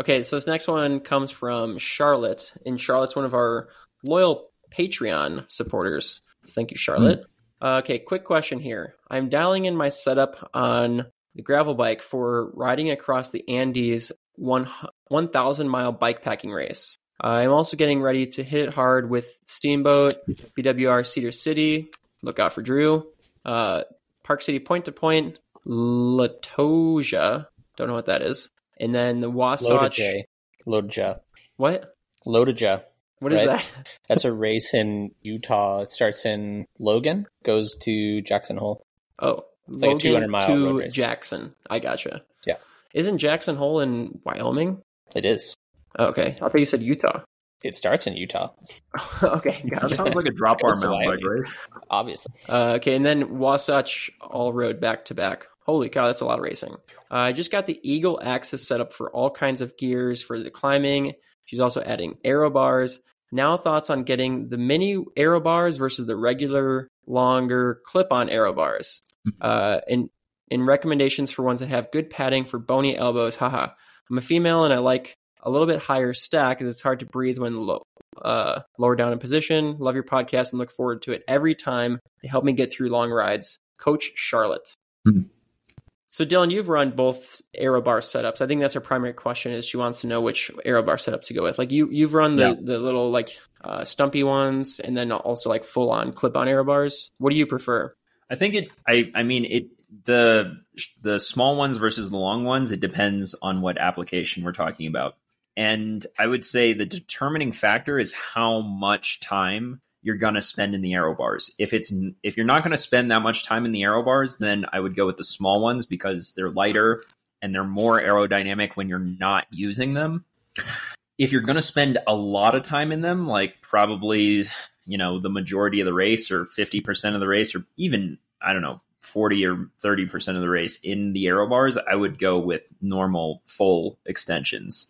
Speaker 1: okay, so this next one comes from Charlotte, and Charlotte's one of our loyal Patreon supporters. So thank you, Charlotte. Uh, okay, quick question here. I'm dialing in my setup on the gravel bike for riding across the Andes one 1,000 mile bike packing race. Uh, I'm also getting ready to hit it hard with Steamboat, BWR Cedar City. Look out for Drew. Uh, Park City Point to Point, Latosia. Don't know what that is. And then the Wasatch.
Speaker 4: Lodija. Lodija.
Speaker 1: What?
Speaker 4: Lodija.
Speaker 1: What is
Speaker 4: Right.
Speaker 1: that?
Speaker 4: That's a race in Utah. It starts in Logan, goes to Jackson Hole.
Speaker 1: Oh,
Speaker 4: It's like a 200 mile road
Speaker 1: to
Speaker 4: race.
Speaker 1: Jackson. I gotcha.
Speaker 4: Yeah.
Speaker 1: Isn't Jackson Hole in Wyoming?
Speaker 4: It is.
Speaker 1: Oh, okay, I thought you said Utah. (laughs)
Speaker 4: It starts in Utah,
Speaker 1: okay, (laughs) got it.
Speaker 2: Sounds like a drop bar
Speaker 4: It's
Speaker 2: mountain bike
Speaker 4: wild.
Speaker 2: race.
Speaker 4: obviously.
Speaker 1: Uh, okay, and then Wasatch all road back to back. Holy cow, that's a lot of racing. Uh, I just got the Eagle Axis set up for all kinds of gears for the climbing. She's also adding aero bars. Now, thoughts on getting the mini aero bars versus the regular, longer clip on aero bars. Uh, and, and recommendations for ones that have good padding for bony elbows. Haha. I'm a female and I like a little bit higher stack as it's hard to breathe when low, uh, lower down in position. Love your podcast and look forward to it every time. They help me get through long rides. Coach Charlotte.
Speaker 2: Hmm.
Speaker 1: So Dylan, you've run both aero bar setups. I think that's her primary question is she wants to know which aero bar setup to go with. Like you, you've run the,
Speaker 2: Yeah.
Speaker 1: the little like uh, stumpy ones and then also like full on clip on aero bars. What do you prefer?
Speaker 2: I think it. I. I mean it. The the small ones versus the long ones. It depends on what application we're talking about. And I would say the determining factor is how much time you're gonna spend in the arrow bars. If it's n- if you're not gonna spend that much time in the arrow bars, then I would go with the small ones because they're lighter and they're more aerodynamic when you're not using them. If you're gonna spend a lot of time in them, like probably you know the majority of the race or 50% of the race or even i don't know 40 or 30% of the race in the aero bars i would go with normal full extensions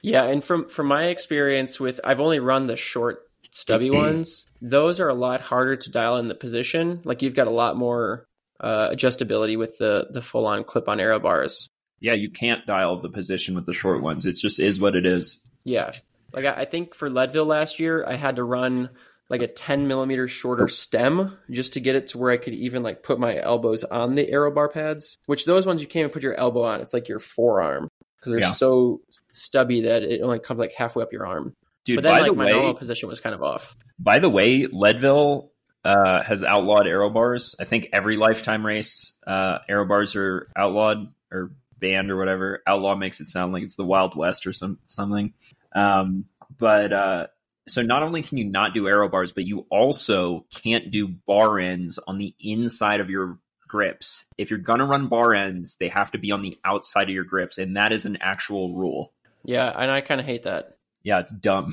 Speaker 1: Yeah, and from from my experience with I've only run the short
Speaker 2: (clears throat)
Speaker 1: stubby ones. Those are a lot harder to dial in the position. Like you've got a lot more uh, adjustability with the the full on clip on arrow bars.
Speaker 2: yeah you can't dial the position with the short ones it's just is what it is
Speaker 1: Yeah, like I, I think for Leadville last year, I had to run like a ten millimeter shorter stem just to get it to where I could even like put my elbows on the arrow bar pads. Which those ones you can't even put your elbow on. It's like your forearm because they're
Speaker 2: Yeah.
Speaker 1: so stubby that it only comes like halfway up your arm.
Speaker 2: dude
Speaker 1: but then
Speaker 2: by
Speaker 1: like
Speaker 2: the
Speaker 1: my
Speaker 2: way
Speaker 1: normal position was kind of off.
Speaker 2: by the way leadville uh, has outlawed aero bars i think every lifetime race uh, aero bars are outlawed or banned or whatever outlaw makes it sound like it's the wild west or some something um, but uh, so not only can you not do arrow bars, but you also can't do bar ends on the inside of your grips. If you're gonna run bar ends, they have to be on the outside of your grips, and that is an actual rule.
Speaker 1: Yeah, and I kind of hate that.
Speaker 2: Yeah, it's dumb.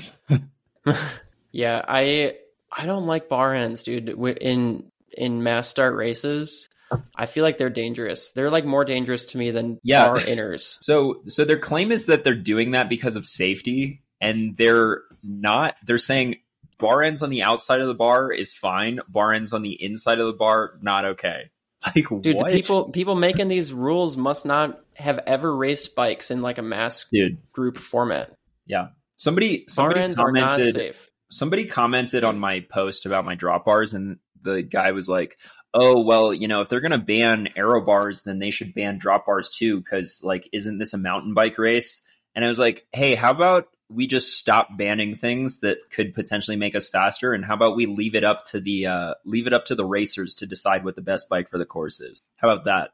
Speaker 1: Yeah, I I don't like bar ends, dude. W- In in mass start races, I feel like they're dangerous. They're like more dangerous to me than
Speaker 2: Yeah.
Speaker 1: bar inners.
Speaker 2: So so their claim is that they're doing that because of safety, and they're not. They're saying bar ends on the outside of the bar is fine. Bar ends on the inside of the bar not okay. (laughs) Like
Speaker 1: Dude,
Speaker 2: what?
Speaker 1: the people people making these rules must not have ever raced bikes in like a mass
Speaker 2: Dude,
Speaker 1: group format.
Speaker 2: somebody
Speaker 1: Bar
Speaker 2: somebody
Speaker 1: ends are not
Speaker 2: commented
Speaker 1: safe.
Speaker 2: somebody commented on my post about my drop bars and the guy was like oh well you know if they're going to ban arrow bars then they should ban drop bars too because like isn't this a mountain bike race and i was like hey how about we just stop banning things that could potentially make us faster and how about we leave it up to the uh, leave it up to the racers to decide what the best bike for the course is how about that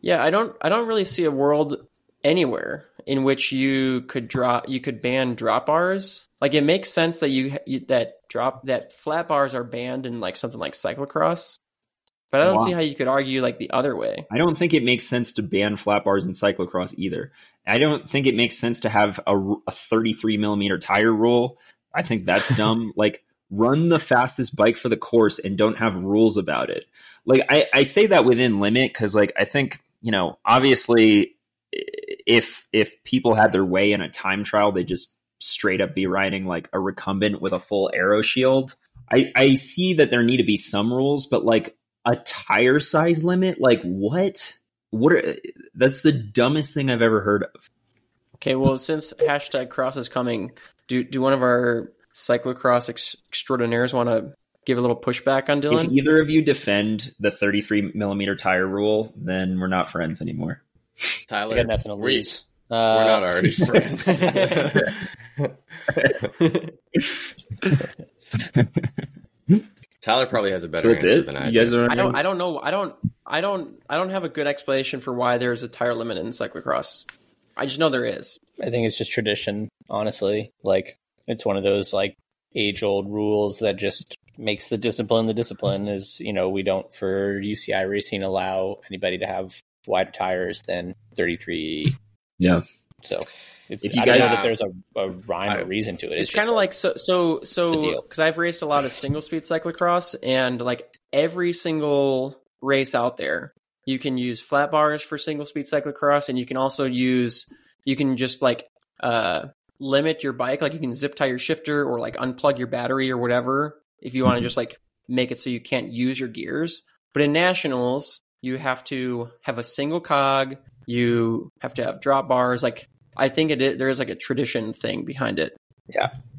Speaker 1: Yeah, I don't I don't really see a world anywhere in which you could drop you could ban drop bars. Like it makes sense that you, you that drop that flat bars are banned in like something like cyclocross. But I don't
Speaker 2: Wow.
Speaker 1: see how you could argue like the other way.
Speaker 2: I don't think it makes sense to ban flat bars in cyclocross either. I don't think it makes sense to have a, r- a 33 millimeter tire rule. I think that's dumb. like, run the fastest bike for the course and don't have rules about it. Like, I, I say that within limit because, like, I think, you know, obviously, i- if if people had their way in a time trial, they just straight up be riding like a recumbent with a full arrow shield. I, I see that there need to be some rules, but like a tire size limit? Like what? What are that's the dumbest thing I've ever heard of.
Speaker 1: Okay, well since hashtag cross is coming, do do one of our cyclocross ex- extraordinaires want to give a little pushback on
Speaker 2: If
Speaker 1: Dylan?
Speaker 2: either of you defend the 33 millimeter tire rule, then we're not friends anymore.
Speaker 4: I
Speaker 3: Tyler,
Speaker 4: got nothing to
Speaker 3: we-
Speaker 4: lose.
Speaker 3: We're not
Speaker 4: Uh, (laughs)
Speaker 3: already friends. (laughs) Tyler probably has a better
Speaker 2: that's
Speaker 3: answer than I
Speaker 2: You guys
Speaker 3: do.
Speaker 2: are
Speaker 1: I don't I don't know I don't I don't I don't have a good explanation for why there's a tire limit in cyclocross. I just know there is.
Speaker 4: I think it's just tradition, honestly. Like it's one of those like age old rules that just makes the discipline the discipline is, you know, we don't for UCI racing allow anybody to have wider tires than 33
Speaker 2: Yeah.
Speaker 4: So it's,
Speaker 2: If you
Speaker 4: I don't
Speaker 2: guys-
Speaker 4: know that there's a, a rhyme
Speaker 2: I-
Speaker 4: or reason to it.
Speaker 1: it's,
Speaker 4: just
Speaker 1: kind of like so so
Speaker 4: It's a
Speaker 1: so
Speaker 4: deal.
Speaker 1: because I've raced a lot of single speed cyclocross and like every single race out there, you can use flat bars for single speed cyclocross, and you can also use you can just like uh limit your bike, like you can zip tie your shifter or like unplug your battery or whatever if you want
Speaker 4: Mm-hmm.
Speaker 1: to just like make it so you can't use your gears. But in nationals, you have to have a single cog. You have to have drop bars. Like I think it is, there is like a tradition thing behind it.
Speaker 4: I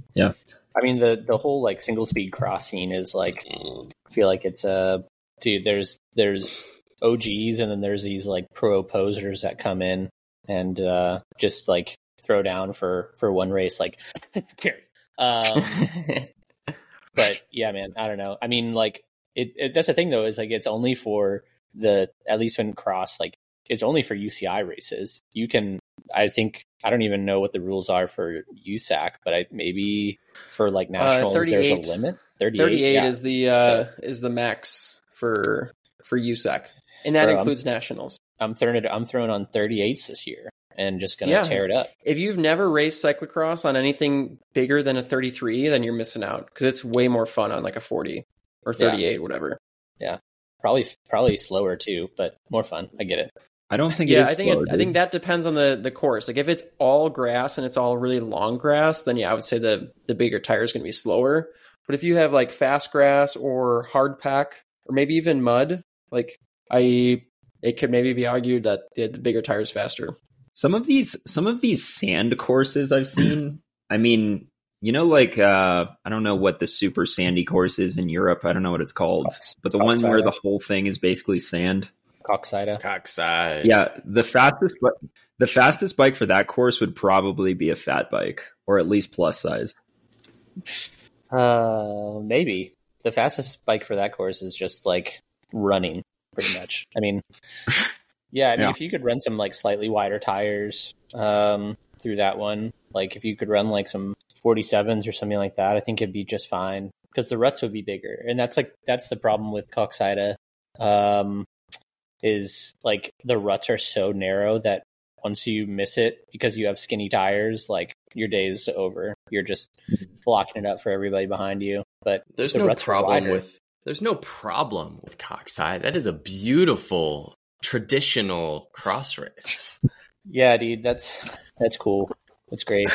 Speaker 4: mean the the whole like single speed crossing is like I feel like it's a dude. There's there's OGs and then there's these like pro posers that come in and uh just like throw down for for one race like (laughs) Gary. (laughs) Um, but yeah, man, I don't know. I mean, like it, it. That's the thing though is like it's only for the at least when cross like it's only for UCI races. You can I think I don't even know what the rules are for USAC, but I maybe for like nationals there's a
Speaker 1: 38.
Speaker 4: limit. Thirty
Speaker 1: 38
Speaker 4: yeah.
Speaker 1: Uh, is the uh,
Speaker 4: So-
Speaker 1: is the max for for USAC, and that
Speaker 4: Bro, I'm-
Speaker 1: includes nationals.
Speaker 4: I'm throwing it. I'm throwing on 38s this year and just gonna
Speaker 1: Yeah.
Speaker 4: tear it up.
Speaker 1: If you've never raced cyclocross on anything bigger than a 33, then you're missing out because it's way more fun on like a 40 or 38, whatever.
Speaker 4: Probably probably slower too, but more fun. I get it.
Speaker 2: I don't think.
Speaker 1: yeah,
Speaker 2: it is
Speaker 1: I think
Speaker 2: slow,
Speaker 1: it, I
Speaker 2: dude.
Speaker 1: think that depends on the the course. Like if it's all grass and it's all really long grass, then yeah, I would say the the bigger tire is going to be slower. But if you have like fast grass or hard pack or maybe even mud, like I, it could maybe be argued that the, the bigger tire is faster.
Speaker 2: some of these some of these sand courses I've seen. I mean, you know, like uh, I don't know what the super sandy course is in Europe. I don't know what it's called,
Speaker 4: Cox-
Speaker 2: but the one where
Speaker 4: Coxside.
Speaker 2: the whole thing is basically sand.
Speaker 4: Coxida.
Speaker 3: Cockside.
Speaker 2: Yeah, the fastest bi- the fastest bike for that course would probably be a fat bike or at least plus size.
Speaker 4: Uh, maybe the fastest bike for that course is just like running, pretty much. I mean, yeah, I mean,
Speaker 2: Yeah.
Speaker 4: if you could run some like slightly wider tires um, through that one, like if you could run like some 47s or something like that, I think it'd be just fine because the ruts would be bigger, and that's like that's the problem with Coxida, um, is like the ruts are so narrow that once you miss it because you have skinny tires, like your day's over. You're just blocking it up for everybody behind you. But
Speaker 3: There's
Speaker 4: The
Speaker 3: no
Speaker 4: ruts are
Speaker 3: problem
Speaker 4: wider.
Speaker 3: with there's no problem with cockside. That is a beautiful traditional cross race.
Speaker 4: yeah, dude, that's that's cool. That's great.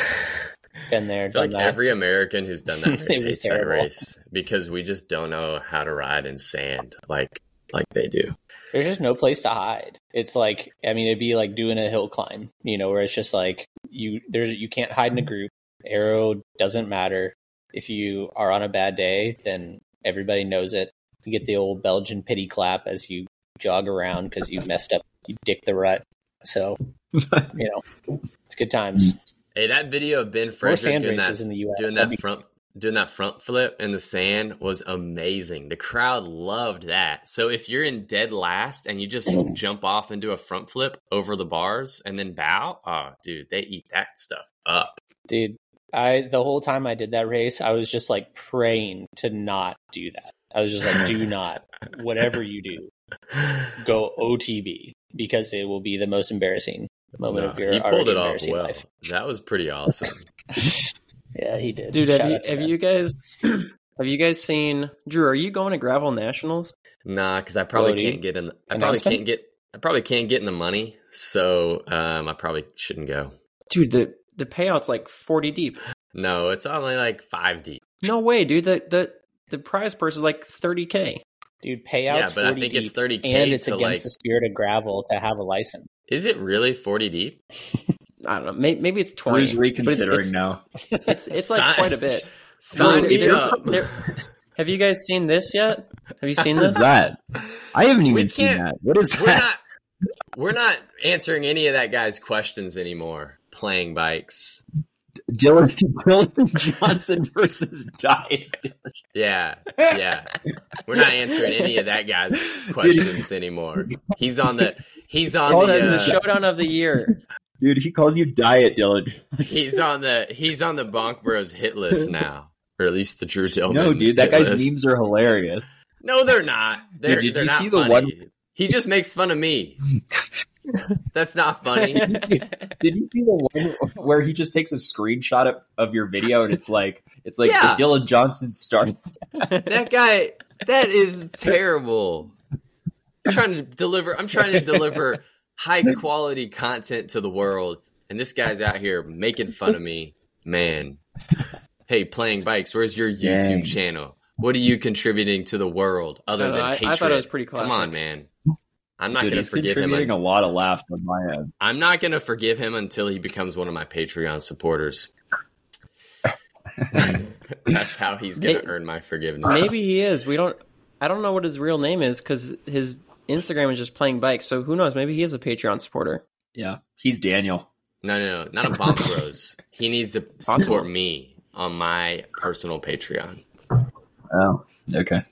Speaker 4: Been there,
Speaker 3: I (laughs) feel
Speaker 4: done (laughs)
Speaker 3: like
Speaker 4: that.
Speaker 3: every American who's done that
Speaker 4: (laughs)
Speaker 3: race
Speaker 4: It was
Speaker 3: hates that
Speaker 4: terrible.
Speaker 3: race because we just don't know how to ride in sand like like they do.
Speaker 4: There's just no place to hide. It's like I mean, it'd be like doing a hill climb, you know, where it's just like you there's you can't hide in a group. Arrow doesn't matter. If you are on a bad day, then everybody knows it. You get the old Belgian pity clap as you jog around because you messed up, you dick the rut. So, you know, it's good times.
Speaker 3: Hey, that video of Ben Frederick
Speaker 4: sand
Speaker 3: doing that
Speaker 4: races in the US.
Speaker 3: doing
Speaker 4: That'd
Speaker 3: that
Speaker 4: be-
Speaker 3: front doing that front flip in the sand was amazing. The crowd loved that. So if you're in dead last and you just
Speaker 4: Mm-hmm.
Speaker 3: jump off and do a front flip over the bars and then bow, oh dude, they eat that stuff up.
Speaker 4: dude i the whole time i did that race i was just like praying to not do that i was just
Speaker 3: (laughs)
Speaker 4: like do not whatever you do
Speaker 3: (sighs)
Speaker 4: go otb because it will be the most embarrassing moment
Speaker 3: No,
Speaker 4: of your
Speaker 3: he pulled
Speaker 4: already
Speaker 3: it off
Speaker 4: embarrassing
Speaker 3: well.
Speaker 4: life
Speaker 3: That was pretty awesome.
Speaker 4: yeah he did
Speaker 1: Dude,
Speaker 4: Shout
Speaker 1: have you,
Speaker 4: out to
Speaker 1: have
Speaker 4: him.
Speaker 1: you guys (clears throat) have you guys seen Drew? Are you going to gravel nationals?
Speaker 3: nah, because I probably
Speaker 4: Brody,
Speaker 3: can't get in. I probably
Speaker 4: announcement?
Speaker 3: can't get. I probably can't get in the money, so um, I probably shouldn't go.
Speaker 1: Dude, the the payout's like 40 deep.
Speaker 3: No, it's only like five deep.
Speaker 1: No way, dude. The the the prize purse is like 30k.
Speaker 4: dude payouts
Speaker 3: Yeah, but I
Speaker 4: 40
Speaker 3: think it's
Speaker 4: deep,
Speaker 3: 30K
Speaker 4: and it's
Speaker 3: to,
Speaker 4: against
Speaker 3: like-
Speaker 4: the spirit of gravel to have a license
Speaker 3: Is it really forty deep?
Speaker 1: I don't know. Maybe, maybe it's 20.
Speaker 2: Who's
Speaker 1: but
Speaker 2: reconsidering
Speaker 1: it's,
Speaker 2: now?
Speaker 1: it's, it's, it's like quite a bit.
Speaker 3: Sign
Speaker 1: Dude,
Speaker 3: me
Speaker 1: there's-
Speaker 3: up.
Speaker 1: there- (laughs) have you guys seen this yet? Have you seen
Speaker 3: (laughs)
Speaker 1: this?
Speaker 2: that? I haven't
Speaker 3: We
Speaker 2: even seen
Speaker 3: can't-
Speaker 2: that. What is
Speaker 3: (laughs) we're
Speaker 2: that?
Speaker 3: not. We're not answering any of that guy's questions anymore. Playing bikes.
Speaker 2: (laughs) Dylan, Dylan Johnson versus Diet.
Speaker 3: Yeah, yeah. We're not answering any of that
Speaker 2: (laughs)
Speaker 3: guy's questions anymore. He's on the. He's on
Speaker 1: It
Speaker 3: the.
Speaker 1: says
Speaker 3: Uh,
Speaker 1: the showdown of the year.
Speaker 2: Dude, he calls you Diet, Dylan.
Speaker 3: He's on the he's on the Bonk Bros hit list now, or at least the Drew Tillman.
Speaker 2: No, dude, that
Speaker 3: hit
Speaker 2: guy's
Speaker 3: list.
Speaker 2: memes are
Speaker 3: (laughs)
Speaker 2: hilarious.
Speaker 3: No, they're not. They're
Speaker 2: Dude, did
Speaker 3: they're
Speaker 2: you
Speaker 3: not
Speaker 2: see the
Speaker 3: funny.
Speaker 2: one- (laughs)
Speaker 3: He just makes fun of me. That's not funny.
Speaker 2: Did you see, did you see the one where he just takes a screenshot of, of your video and it's like it's like
Speaker 3: Yeah.
Speaker 2: the Dylan Johnson star?
Speaker 3: that guy that is terrible i'm trying to deliver i'm trying to deliver high quality content to the world and this guy's out here making fun of me man hey playing bikes where's your youtube
Speaker 2: Dang.
Speaker 3: channel what are you contributing to the world other
Speaker 1: I don't
Speaker 3: than
Speaker 1: know, Uh, I- I
Speaker 3: hatred
Speaker 1: thought it was pretty classic.
Speaker 3: come on man i'm not
Speaker 2: Dude,
Speaker 3: gonna
Speaker 2: he's
Speaker 3: forgive him
Speaker 2: contributing a lot of laughs on my end.
Speaker 3: I'm not going to forgive him until he becomes one of my
Speaker 2: (laughs)
Speaker 3: Patreon supporters. That's how he's going
Speaker 1: May-
Speaker 3: to earn my forgiveness.
Speaker 1: Maybe he is. We don't. I don't know what his real name is because his Instagram is just playing bikes. So who knows? Maybe he is a Patreon supporter.
Speaker 2: Yeah, he's Daniel.
Speaker 3: No, no, no, not a bomb bros. He needs to support
Speaker 1: Possible.
Speaker 3: me on my personal Patreon.
Speaker 2: Oh, okay.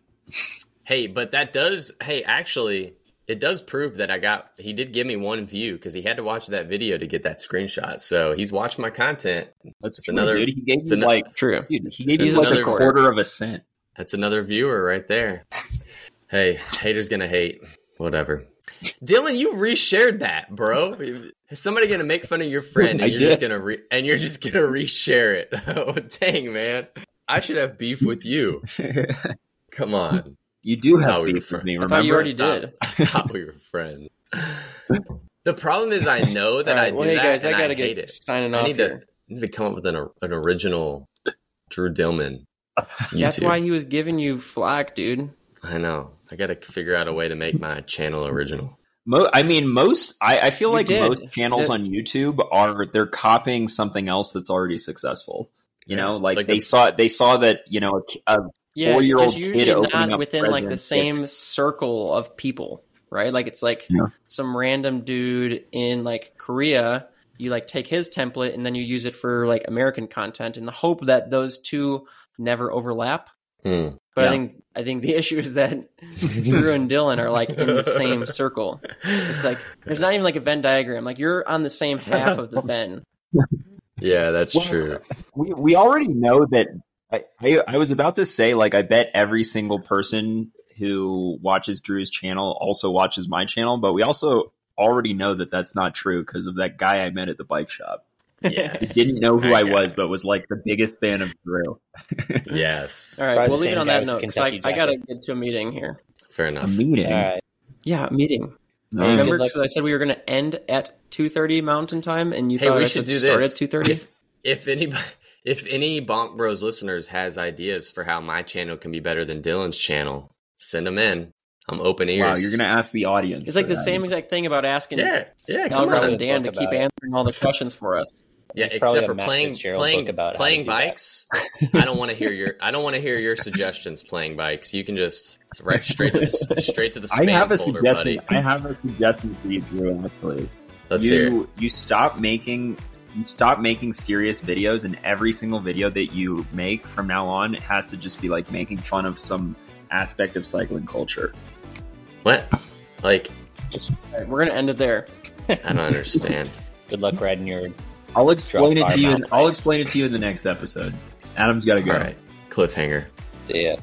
Speaker 3: Hey, but that does. Hey, actually, it does prove that I got. He did give me one view because he had to watch that video to get that screenshot. So he's watched my content.
Speaker 2: That's
Speaker 3: It's another-
Speaker 2: Dude, he gave
Speaker 3: it's
Speaker 2: me
Speaker 3: ano-
Speaker 2: like
Speaker 1: True.
Speaker 2: dude, he gave me
Speaker 1: He's
Speaker 2: like a
Speaker 3: another-
Speaker 2: quarter of a cent. (laughs)
Speaker 3: That's another viewer right there. Hey, haters gonna hate. Whatever. Dylan, you reshared that, bro. Is somebody gonna make fun of your friend
Speaker 2: I
Speaker 3: and you're just
Speaker 2: did.
Speaker 3: gonna re- and you're just gonna reshare it. (laughs) oh, dang, man. I should have beef with you. Come on.
Speaker 2: you do
Speaker 3: No,
Speaker 2: have
Speaker 3: we
Speaker 2: beef
Speaker 3: were
Speaker 2: with me.
Speaker 1: I
Speaker 2: Remember?
Speaker 1: thought you already
Speaker 3: Thought-
Speaker 1: did.
Speaker 3: I thought we were friends. The problem is I know that I
Speaker 1: Alright,
Speaker 3: do
Speaker 1: well, hey
Speaker 3: that
Speaker 1: guys, I
Speaker 3: and I,
Speaker 1: gotta
Speaker 3: hate
Speaker 1: get
Speaker 3: it.
Speaker 1: signing
Speaker 3: I
Speaker 1: off
Speaker 3: need to,
Speaker 1: here.
Speaker 3: I need to come up with an, or- an original Drew Dillman.
Speaker 1: That's
Speaker 3: YouTube.
Speaker 1: why he was giving you flack, dude.
Speaker 3: I know. I got to figure out a way to make my channel original.
Speaker 2: Mo- I mean, most. I, I feel
Speaker 1: You
Speaker 2: like
Speaker 1: did.
Speaker 2: most channels
Speaker 1: Did-
Speaker 2: on YouTube are they're copying something else that's already successful. You know,
Speaker 3: It's
Speaker 2: like,
Speaker 3: like
Speaker 2: they
Speaker 3: the-
Speaker 2: saw they saw that you know a, ki- a
Speaker 1: Yeah,
Speaker 2: Four-year-old
Speaker 1: just
Speaker 2: kid
Speaker 1: usually
Speaker 2: opening
Speaker 1: not
Speaker 2: up
Speaker 1: within like the
Speaker 2: presents.
Speaker 1: same circle of people, right? Like it's like
Speaker 2: Yeah.
Speaker 1: some random dude in like Korea. You like take his template and then you use it for like American content in the hope that those two never overlap.
Speaker 3: Hmm.
Speaker 1: But I
Speaker 2: Yeah.
Speaker 1: think I think the (laughs) issue is that Drew and Dylan are like in the same circle. It's like there's not even like a Venn diagram. Like you're on the same half of the Venn.
Speaker 3: (laughs) yeah, that's
Speaker 2: Well,
Speaker 4: (laughs)
Speaker 3: true.
Speaker 2: we, we already know that I, I, I was about to say like i bet every single person who watches drew's channel also watches my channel but we also already know that that's not true because of that guy i met at the bike shop he
Speaker 3: Yes.
Speaker 2: didn't know who
Speaker 3: That
Speaker 2: i
Speaker 3: guy.
Speaker 2: was but was like the biggest fan of drew
Speaker 3: Yes.
Speaker 1: All right,
Speaker 4: Probably
Speaker 1: we'll
Speaker 4: the
Speaker 1: leave it
Speaker 4: same
Speaker 1: on
Speaker 4: guy
Speaker 1: that
Speaker 4: with
Speaker 1: note
Speaker 4: the
Speaker 1: because I, I
Speaker 4: Kentucky
Speaker 1: gotta
Speaker 4: jacket.
Speaker 1: get to a meeting here.
Speaker 3: Fair
Speaker 2: a
Speaker 3: enough.
Speaker 2: meeting
Speaker 4: All right.
Speaker 1: Yeah, a meeting.
Speaker 2: No.
Speaker 1: Remember,
Speaker 4: Good luck.
Speaker 1: because I said we were going to end at two thirty Mountain Time, and you
Speaker 3: Hey,
Speaker 1: thought
Speaker 3: we
Speaker 1: I should
Speaker 3: should do
Speaker 1: start
Speaker 3: this.
Speaker 1: at two
Speaker 3: (laughs)
Speaker 1: thirty.
Speaker 3: If, if anybody, if any Bonk Bros listeners has ideas for how my channel can be better than Dylan's channel, send them in. I'm open ears.
Speaker 2: wow you're gonna ask the audience
Speaker 1: It's like
Speaker 2: for
Speaker 1: the
Speaker 2: that.
Speaker 1: same exact thing about asking
Speaker 3: Yeah, yeah, come
Speaker 1: Dalgrub
Speaker 3: on.
Speaker 1: and Dan to
Speaker 4: Talk
Speaker 1: keep
Speaker 4: about it.
Speaker 1: answering all the questions for us.
Speaker 3: yeah,
Speaker 4: Probably
Speaker 3: except
Speaker 4: a
Speaker 3: for
Speaker 4: Matt
Speaker 3: playing
Speaker 4: Fitzgerald
Speaker 3: playing
Speaker 4: book about how
Speaker 3: playing
Speaker 4: to do that.
Speaker 3: bikes. I don't want to hear your I don't want to hear your suggestions playing bikes. You can just right straight
Speaker 2: (laughs)
Speaker 3: to the, straight to the
Speaker 2: I
Speaker 3: spam
Speaker 2: have a
Speaker 3: folder,
Speaker 2: suggestion.
Speaker 3: buddy.
Speaker 2: I have a suggestion for you, Drew. Actually,
Speaker 3: Let's
Speaker 2: you
Speaker 3: hear. it.
Speaker 2: you stop making you stop making serious videos and every single video that you make from now on it has to just be like making fun of some aspect of cycling culture
Speaker 3: What? Like
Speaker 1: All right, we're going to end it there.
Speaker 3: I don't understand.
Speaker 4: Good luck riding your.
Speaker 2: i'll explain
Speaker 4: Drop
Speaker 2: it to you
Speaker 4: our
Speaker 2: in, i'll explain it to you in the next episode adam's got to
Speaker 3: All
Speaker 2: go
Speaker 3: right, cliffhanger.
Speaker 4: Yeah.